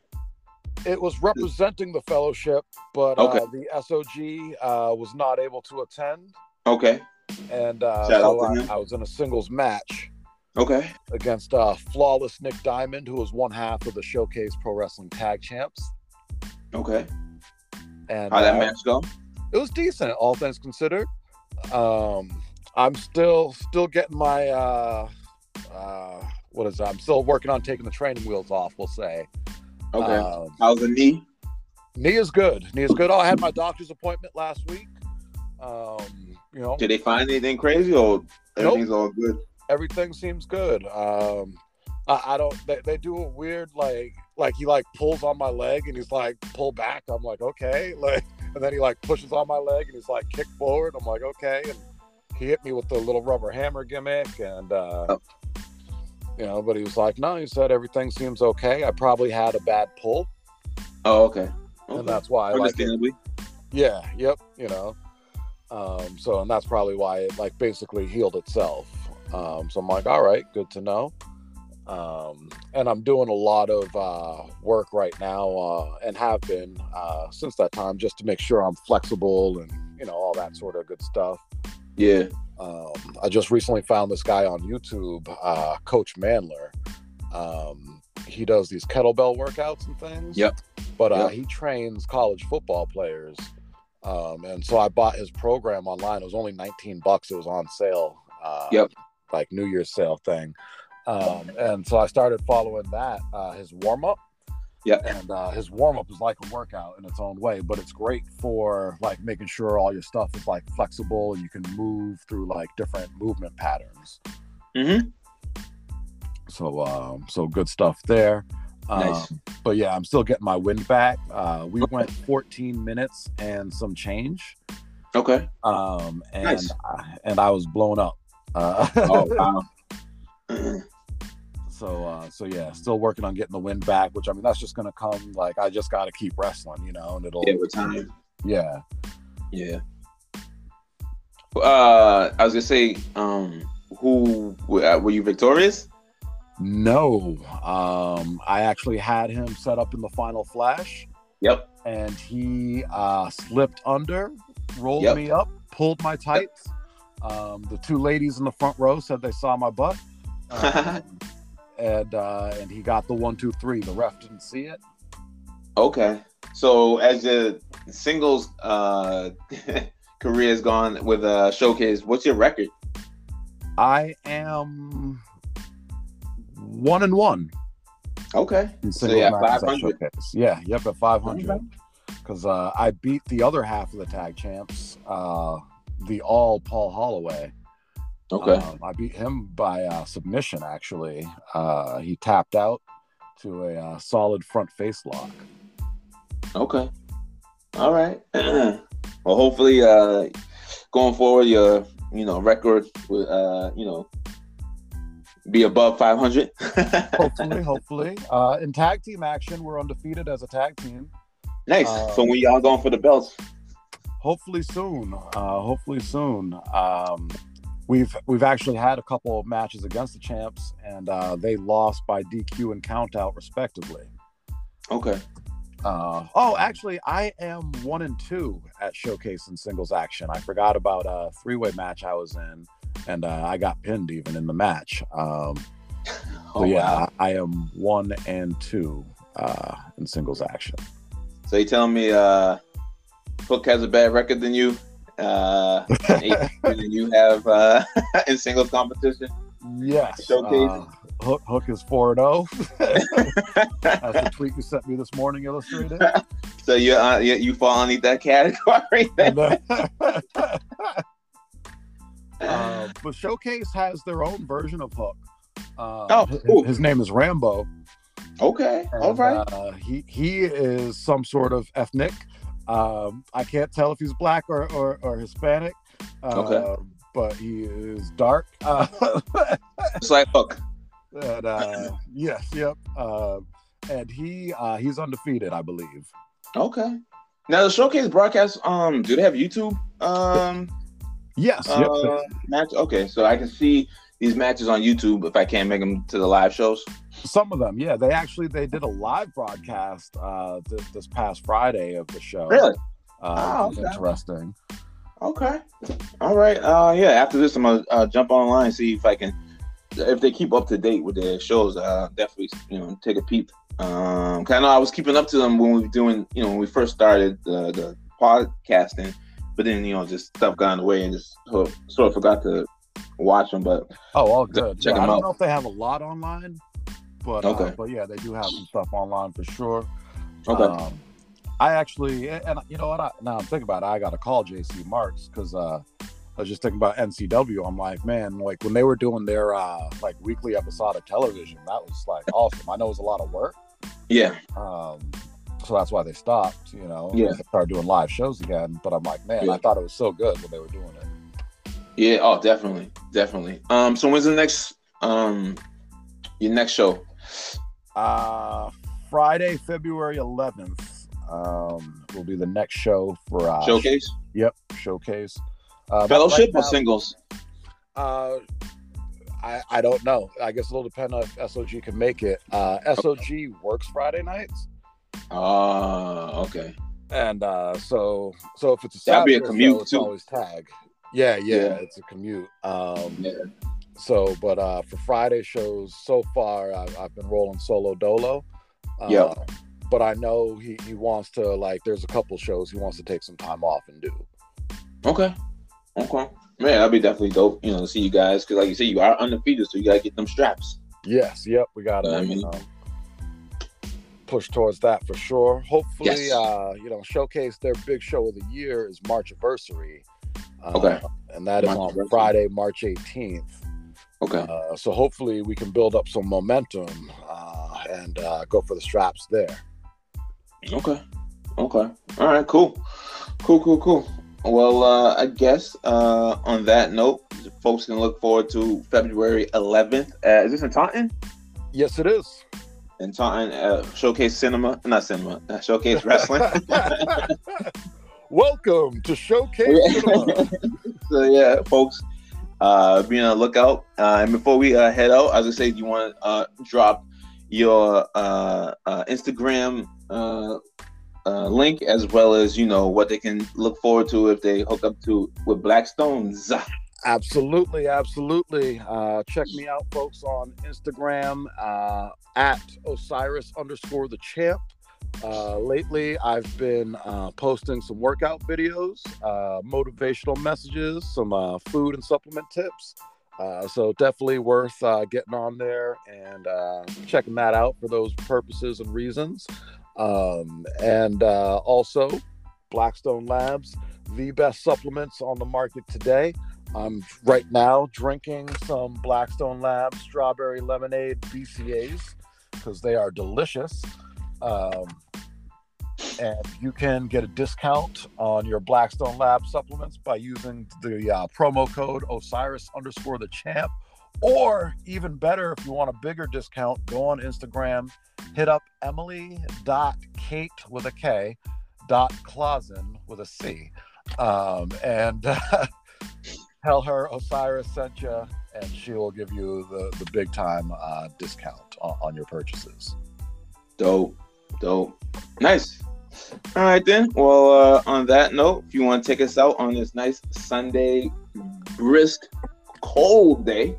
Speaker 2: It was representing the fellowship, but
Speaker 1: Okay.
Speaker 2: uh, the SOG uh, was not able to attend,
Speaker 1: Okay.
Speaker 2: and uh,
Speaker 1: Shout out
Speaker 2: so
Speaker 1: to
Speaker 2: I,
Speaker 1: him.
Speaker 2: I was in a singles match
Speaker 1: Okay.
Speaker 2: against uh, flawless Nick Diamond, who was one half of the Showcase Pro Wrestling Tag Champs.
Speaker 1: Okay.
Speaker 2: And
Speaker 1: How that
Speaker 2: uh,
Speaker 1: match go?
Speaker 2: it was decent, all things considered. Um, I'm still still getting my uh, uh, what is it? I'm still working on taking the training wheels off. We'll say.
Speaker 1: Okay.
Speaker 2: Um,
Speaker 1: How's the knee?
Speaker 2: knee is good. Knee is good. Oh, I had my doctor's appointment last week. Um, you know,
Speaker 1: Did they find anything crazy or everything's all good?
Speaker 2: everything seems good. Um, I, I don't. They, they do a weird like like he like pulls on my leg and he's like pull back. I'm like okay, <laughs> like and then he like pushes on my leg and he's like kick forward. I'm like okay, and he hit me with the little rubber hammer gimmick and. Uh,
Speaker 1: Oh.
Speaker 2: You know, but he was like, "No," he said, "Everything seems okay. I probably had a bad pull,
Speaker 1: Oh, okay.
Speaker 2: and
Speaker 1: okay.
Speaker 2: that's why I like it
Speaker 1: Understandably.
Speaker 2: Yeah, yep, you know. Um, so and that's probably why it like basically healed itself. Um, so I'm like, all right, good to know. Um, and I'm doing a lot of uh, work right now uh, and have been uh, since that time just to make sure I'm flexible and you know all that sort of good stuff.
Speaker 1: Yeah.
Speaker 2: Um, I just recently found this guy on YouTube, uh, Coach Mandler. Um, he does these kettlebell workouts and things.
Speaker 1: Yep.
Speaker 2: But uh,
Speaker 1: Yep.
Speaker 2: he trains college football players, um, and so I bought his program online. It was only nineteen bucks. It was on sale. Uh,
Speaker 1: Yep.
Speaker 2: Like New Year's sale thing, um, and so I started following that. Uh, his warm up.
Speaker 1: Yep.
Speaker 2: And uh, his warm up is like a workout in its own way, but it's great for like making sure all your stuff is like flexible and you can move through like different movement patterns.
Speaker 1: Mm-hmm.
Speaker 2: So um, so good stuff there. Um,
Speaker 1: Nice.
Speaker 2: But yeah, I'm still getting my wind back. Uh, we went 14 minutes and some change, <laughs>
Speaker 1: Okay.
Speaker 2: um, and
Speaker 1: Nice.
Speaker 2: I, and I was blown up. Uh,
Speaker 1: Oh wow. Mhm.
Speaker 2: <laughs> so uh, so yeah, still working on getting the wind back. Which I mean, that's just gonna come. Like I just got to keep wrestling, you know, and it'll
Speaker 1: yeah, with time.
Speaker 2: yeah.
Speaker 1: Yeah. Uh, I was gonna say, um, who uh, were were you victorious?
Speaker 2: No, um, I actually had him set up in the final flash,
Speaker 1: Yep.
Speaker 2: and he uh, slipped under, rolled
Speaker 1: Yep.
Speaker 2: me up, pulled my tights. Um, the two ladies in the front row said they saw
Speaker 1: <laughs>
Speaker 2: my butt, um, and uh, and he got the one, two, three. The ref didn't see it.
Speaker 1: Okay. So as your singles uh <laughs> career has gone with uh showcase, what's your record?
Speaker 2: I am one and one.
Speaker 1: Okay.
Speaker 2: in
Speaker 1: So
Speaker 2: singles
Speaker 1: yeah,
Speaker 2: matches at
Speaker 1: 500.
Speaker 2: Showcase. Yeah, yep, at 500. Because uh, I beat the other half of the tag champs, uh, the all Paul Holloway. Um, I beat him by uh, submission, actually. Uh, he tapped out to a uh, solid front face lock.
Speaker 1: Okay. All right. <clears throat> well, hopefully, uh, going forward, your you know record will uh, you know be above five hundred. <laughs>
Speaker 2: Hopefully, hopefully. Uh, in tag team action, we're undefeated as a tag team.
Speaker 1: nice. so
Speaker 2: Um,
Speaker 1: when y'all going for the belts?
Speaker 2: Hopefully soon. Uh, hopefully soon. Um, we've we've actually had a couple of matches against the champs, and uh, they lost by DQ and countout respectively.
Speaker 1: Okay. Um,
Speaker 2: Uh, oh, actually, I am one and two at Showcase and singles action. I forgot about a three-way match I was in, and uh, I got pinned even in the match. Um,
Speaker 1: Oh,
Speaker 2: So yeah, I am one and two uh, in singles action.
Speaker 1: So you telling me uh, Hook has a bad record than you? Uh, and <laughs> eight than you have uh, <laughs> in singles competition?
Speaker 2: Yes.
Speaker 1: Showcase.
Speaker 2: uh, Hook, Hook is
Speaker 1: <laughs>
Speaker 2: 4 0. That's the tweet you sent me this morning illustrated.
Speaker 1: So you uh, you, you fall underneath that <laughs> category?
Speaker 2: And, uh, <laughs>
Speaker 1: Um,
Speaker 2: uh, but Showcase has their own version of Hook. Uh,
Speaker 1: Oh,
Speaker 2: his,
Speaker 1: cool.
Speaker 2: his name is Rambo.
Speaker 1: okay,
Speaker 2: and,
Speaker 1: all right.
Speaker 2: Uh, he, he is some sort of ethnic. Um, I can't tell if he's black or, or, or Hispanic. Uh,
Speaker 1: Okay.
Speaker 2: But he is dark. <laughs> Uh,
Speaker 1: It's like Hook.
Speaker 2: And uh, yes, yep. Uh, and he uh, he's undefeated, I believe.
Speaker 1: Okay. Now the showcase broadcast. Um, do they have YouTube? Um,
Speaker 2: Yes, yep.
Speaker 1: uh, match. Okay, so I can see these matches on YouTube if I can't make them to the live shows.
Speaker 2: Some of them, yeah. They actually they did a live broadcast uh, th- this past Friday of the show.
Speaker 1: Really?
Speaker 2: Uh,
Speaker 1: Oh,
Speaker 2: which is
Speaker 1: okay.
Speaker 2: Interesting.
Speaker 1: Okay. All right. Uh, yeah. After this, I'm gonna uh, jump online and see if I can, if they keep up to date with their shows. Uh, definitely, you know, take a peep. Um, 'cause I know I was keeping up to them when we were doing, you know, when we first started the, the podcasting, but then you know, just stuff got in the way and just sort of, sort of forgot to watch them. But
Speaker 2: Oh, all
Speaker 1: Check-
Speaker 2: good.
Speaker 1: check
Speaker 2: Yeah, I
Speaker 1: them
Speaker 2: don't
Speaker 1: out.
Speaker 2: know if they have a lot online, but uh,
Speaker 1: Okay.
Speaker 2: but yeah, they do have some stuff online for sure.
Speaker 1: okay.
Speaker 2: Um, I actually, and and you know what? I, now I'm thinking about it. I got to call JC Marks because uh, I was just thinking about NCW. I'm like, man, like when they were doing their uh, like weekly episode of television, that was like awesome. I know it was a lot of work,
Speaker 1: yeah.
Speaker 2: um, so that's why they stopped. You know,
Speaker 1: Yeah.
Speaker 2: They started doing live shows again. But I'm like, man, I
Speaker 1: Yeah.
Speaker 2: thought it was so good when they were doing it.
Speaker 1: Yeah. Oh, definitely, definitely. Um. So when's the next um your next show?
Speaker 2: Uh, Friday, February 11th, um, will be the next show for uh,
Speaker 1: Showcase,
Speaker 2: Yep, showcase. Uh,
Speaker 1: fellowship,
Speaker 2: right
Speaker 1: or
Speaker 2: now-
Speaker 1: singles?
Speaker 2: Uh, I, I don't know. I guess it'll depend on if SOG can make it. Uh, SOG works Friday nights,
Speaker 1: Ah. okay.
Speaker 2: and uh, so so if it's a
Speaker 1: That'd
Speaker 2: Saturday,
Speaker 1: be a commute,
Speaker 2: so it's
Speaker 1: too.
Speaker 2: always tag. Yeah, yeah,
Speaker 1: Yeah.
Speaker 2: it's a commute. Um,
Speaker 1: Yeah.
Speaker 2: So, but uh, for Friday shows so far, I've, I've been rolling solo dolo. Uh,
Speaker 1: Yeah.
Speaker 2: But I know he, he wants to like. There's a couple shows he wants to take some time off and do.
Speaker 1: Okay. Okay. Man, that'd be definitely dope, you know, to see you guys. Cause like you said, you are undefeated, so you gotta get them straps.
Speaker 2: Yes, yep, we gotta
Speaker 1: I
Speaker 2: you
Speaker 1: mean-
Speaker 2: know, um, push towards that for sure. Hopefully,
Speaker 1: Yes.
Speaker 2: uh, you know, showcase their big show of the year is March anniversary. Uh,
Speaker 1: Okay.
Speaker 2: and that is
Speaker 1: March
Speaker 2: on
Speaker 1: Anniversary.
Speaker 2: Friday, March 18th.
Speaker 1: Okay.
Speaker 2: Uh, so hopefully we can build up some momentum uh, and uh, go for the straps there.
Speaker 1: Okay. Okay. All right, cool. Cool, cool, cool. Well, uh, I guess uh, on that note, folks can look forward to February 11th. Uh, is this in Taunton?
Speaker 2: Yes, it is.
Speaker 1: In Taunton, uh, Showcase Cinema, not Cinema, uh, Showcase Wrestling.
Speaker 2: Welcome to Showcase
Speaker 1: Oh, Yeah. <laughs>
Speaker 2: Cinema.
Speaker 1: so yeah, folks, uh, be on the lookout. Uh, and before we uh, head out, as I said, you want to uh, drop your uh, uh, Instagram uh, uh, link as well as you know what they can look forward to if they hook up to with Blackstones.
Speaker 2: Absolutely, absolutely. Uh, check me out, folks, on Instagram uh, at Osiris underscore the champ. Uh, lately, I've been uh, posting some workout videos, uh, motivational messages, some uh, food and supplement tips. Uh, so definitely worth uh, getting on there and uh, checking that out for those purposes and reasons. Um, and uh, also, Blackstone Labs, the best supplements on the market today. I'm right now drinking some Blackstone Lab strawberry lemonade BCAs because they are delicious. Um, and you can get a discount on your Blackstone Lab supplements by using the uh, promo code Osiris underscore the champ. Or even better, if you want a bigger discount, go on Instagram, hit up emily.kate with a K, dot Clausen with a C. Um, and <laughs> tell her Osiris sent you, and she will give you the, the big time uh, discount on, on your purchases.
Speaker 1: Dope, dope, nice. All right then. Well, uh, on that note, if you want to take us out on this nice Sunday, brisk, cold day.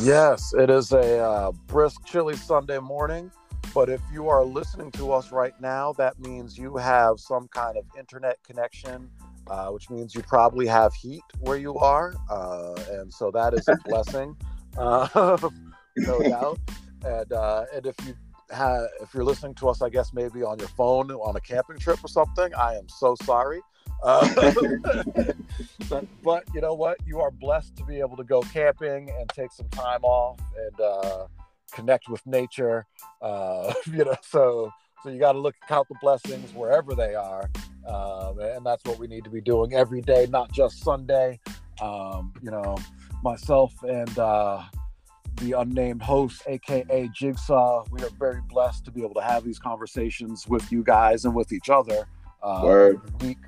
Speaker 2: Yes, it is a uh, brisk, chilly Sunday morning. But if you are listening to us right now, that means you have some kind of internet connection, uh, which means you probably have heat where you are. Uh, and so that is a blessing, uh, <laughs> no doubt. And, uh, and if you ha- if you're listening to us, I guess maybe on your phone on a camping trip or something, I am so sorry. Uh, but, but you know what? You are blessed to be able to go camping and take some time off and uh, connect with nature. Uh, <laughs> you know, so so you got to look count the blessings wherever they are, um, and that's what we need to be doing every day, not just Sunday. Um, you know, myself and uh, the unnamed host, aka Jigsaw, we are very blessed to be able to have these conversations with you guys and with each other uh,
Speaker 1: Word.
Speaker 2: every week.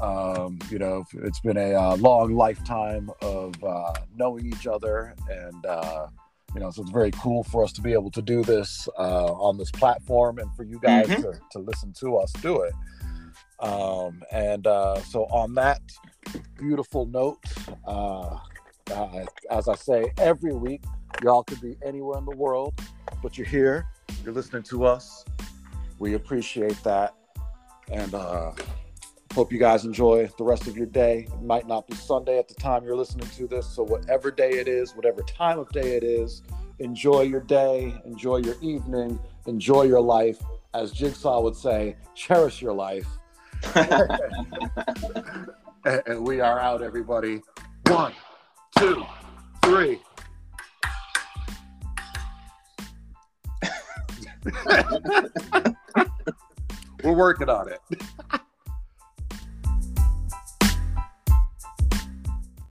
Speaker 2: Um, you know, it's been a uh, long lifetime of uh, knowing each other, and uh, you know, so it's very cool for us to be able to do this uh, on this platform, and for you guys
Speaker 1: Mhm.
Speaker 2: to, to listen to us do it. Um, and uh, so, on that beautiful note, uh, uh, as I say every week, y'all could be anywhere in the world, but you're here. You're listening to us. We appreciate that, and uh, hope you guys enjoy the rest of your day. It might not be Sunday at the time you're listening to this, so whatever day it is, whatever time of day it is, enjoy your day, enjoy your evening, enjoy your life. As Jigsaw would say, cherish your life. And <laughs> and we are out, everybody. One, two, three. <laughs> We're working on it.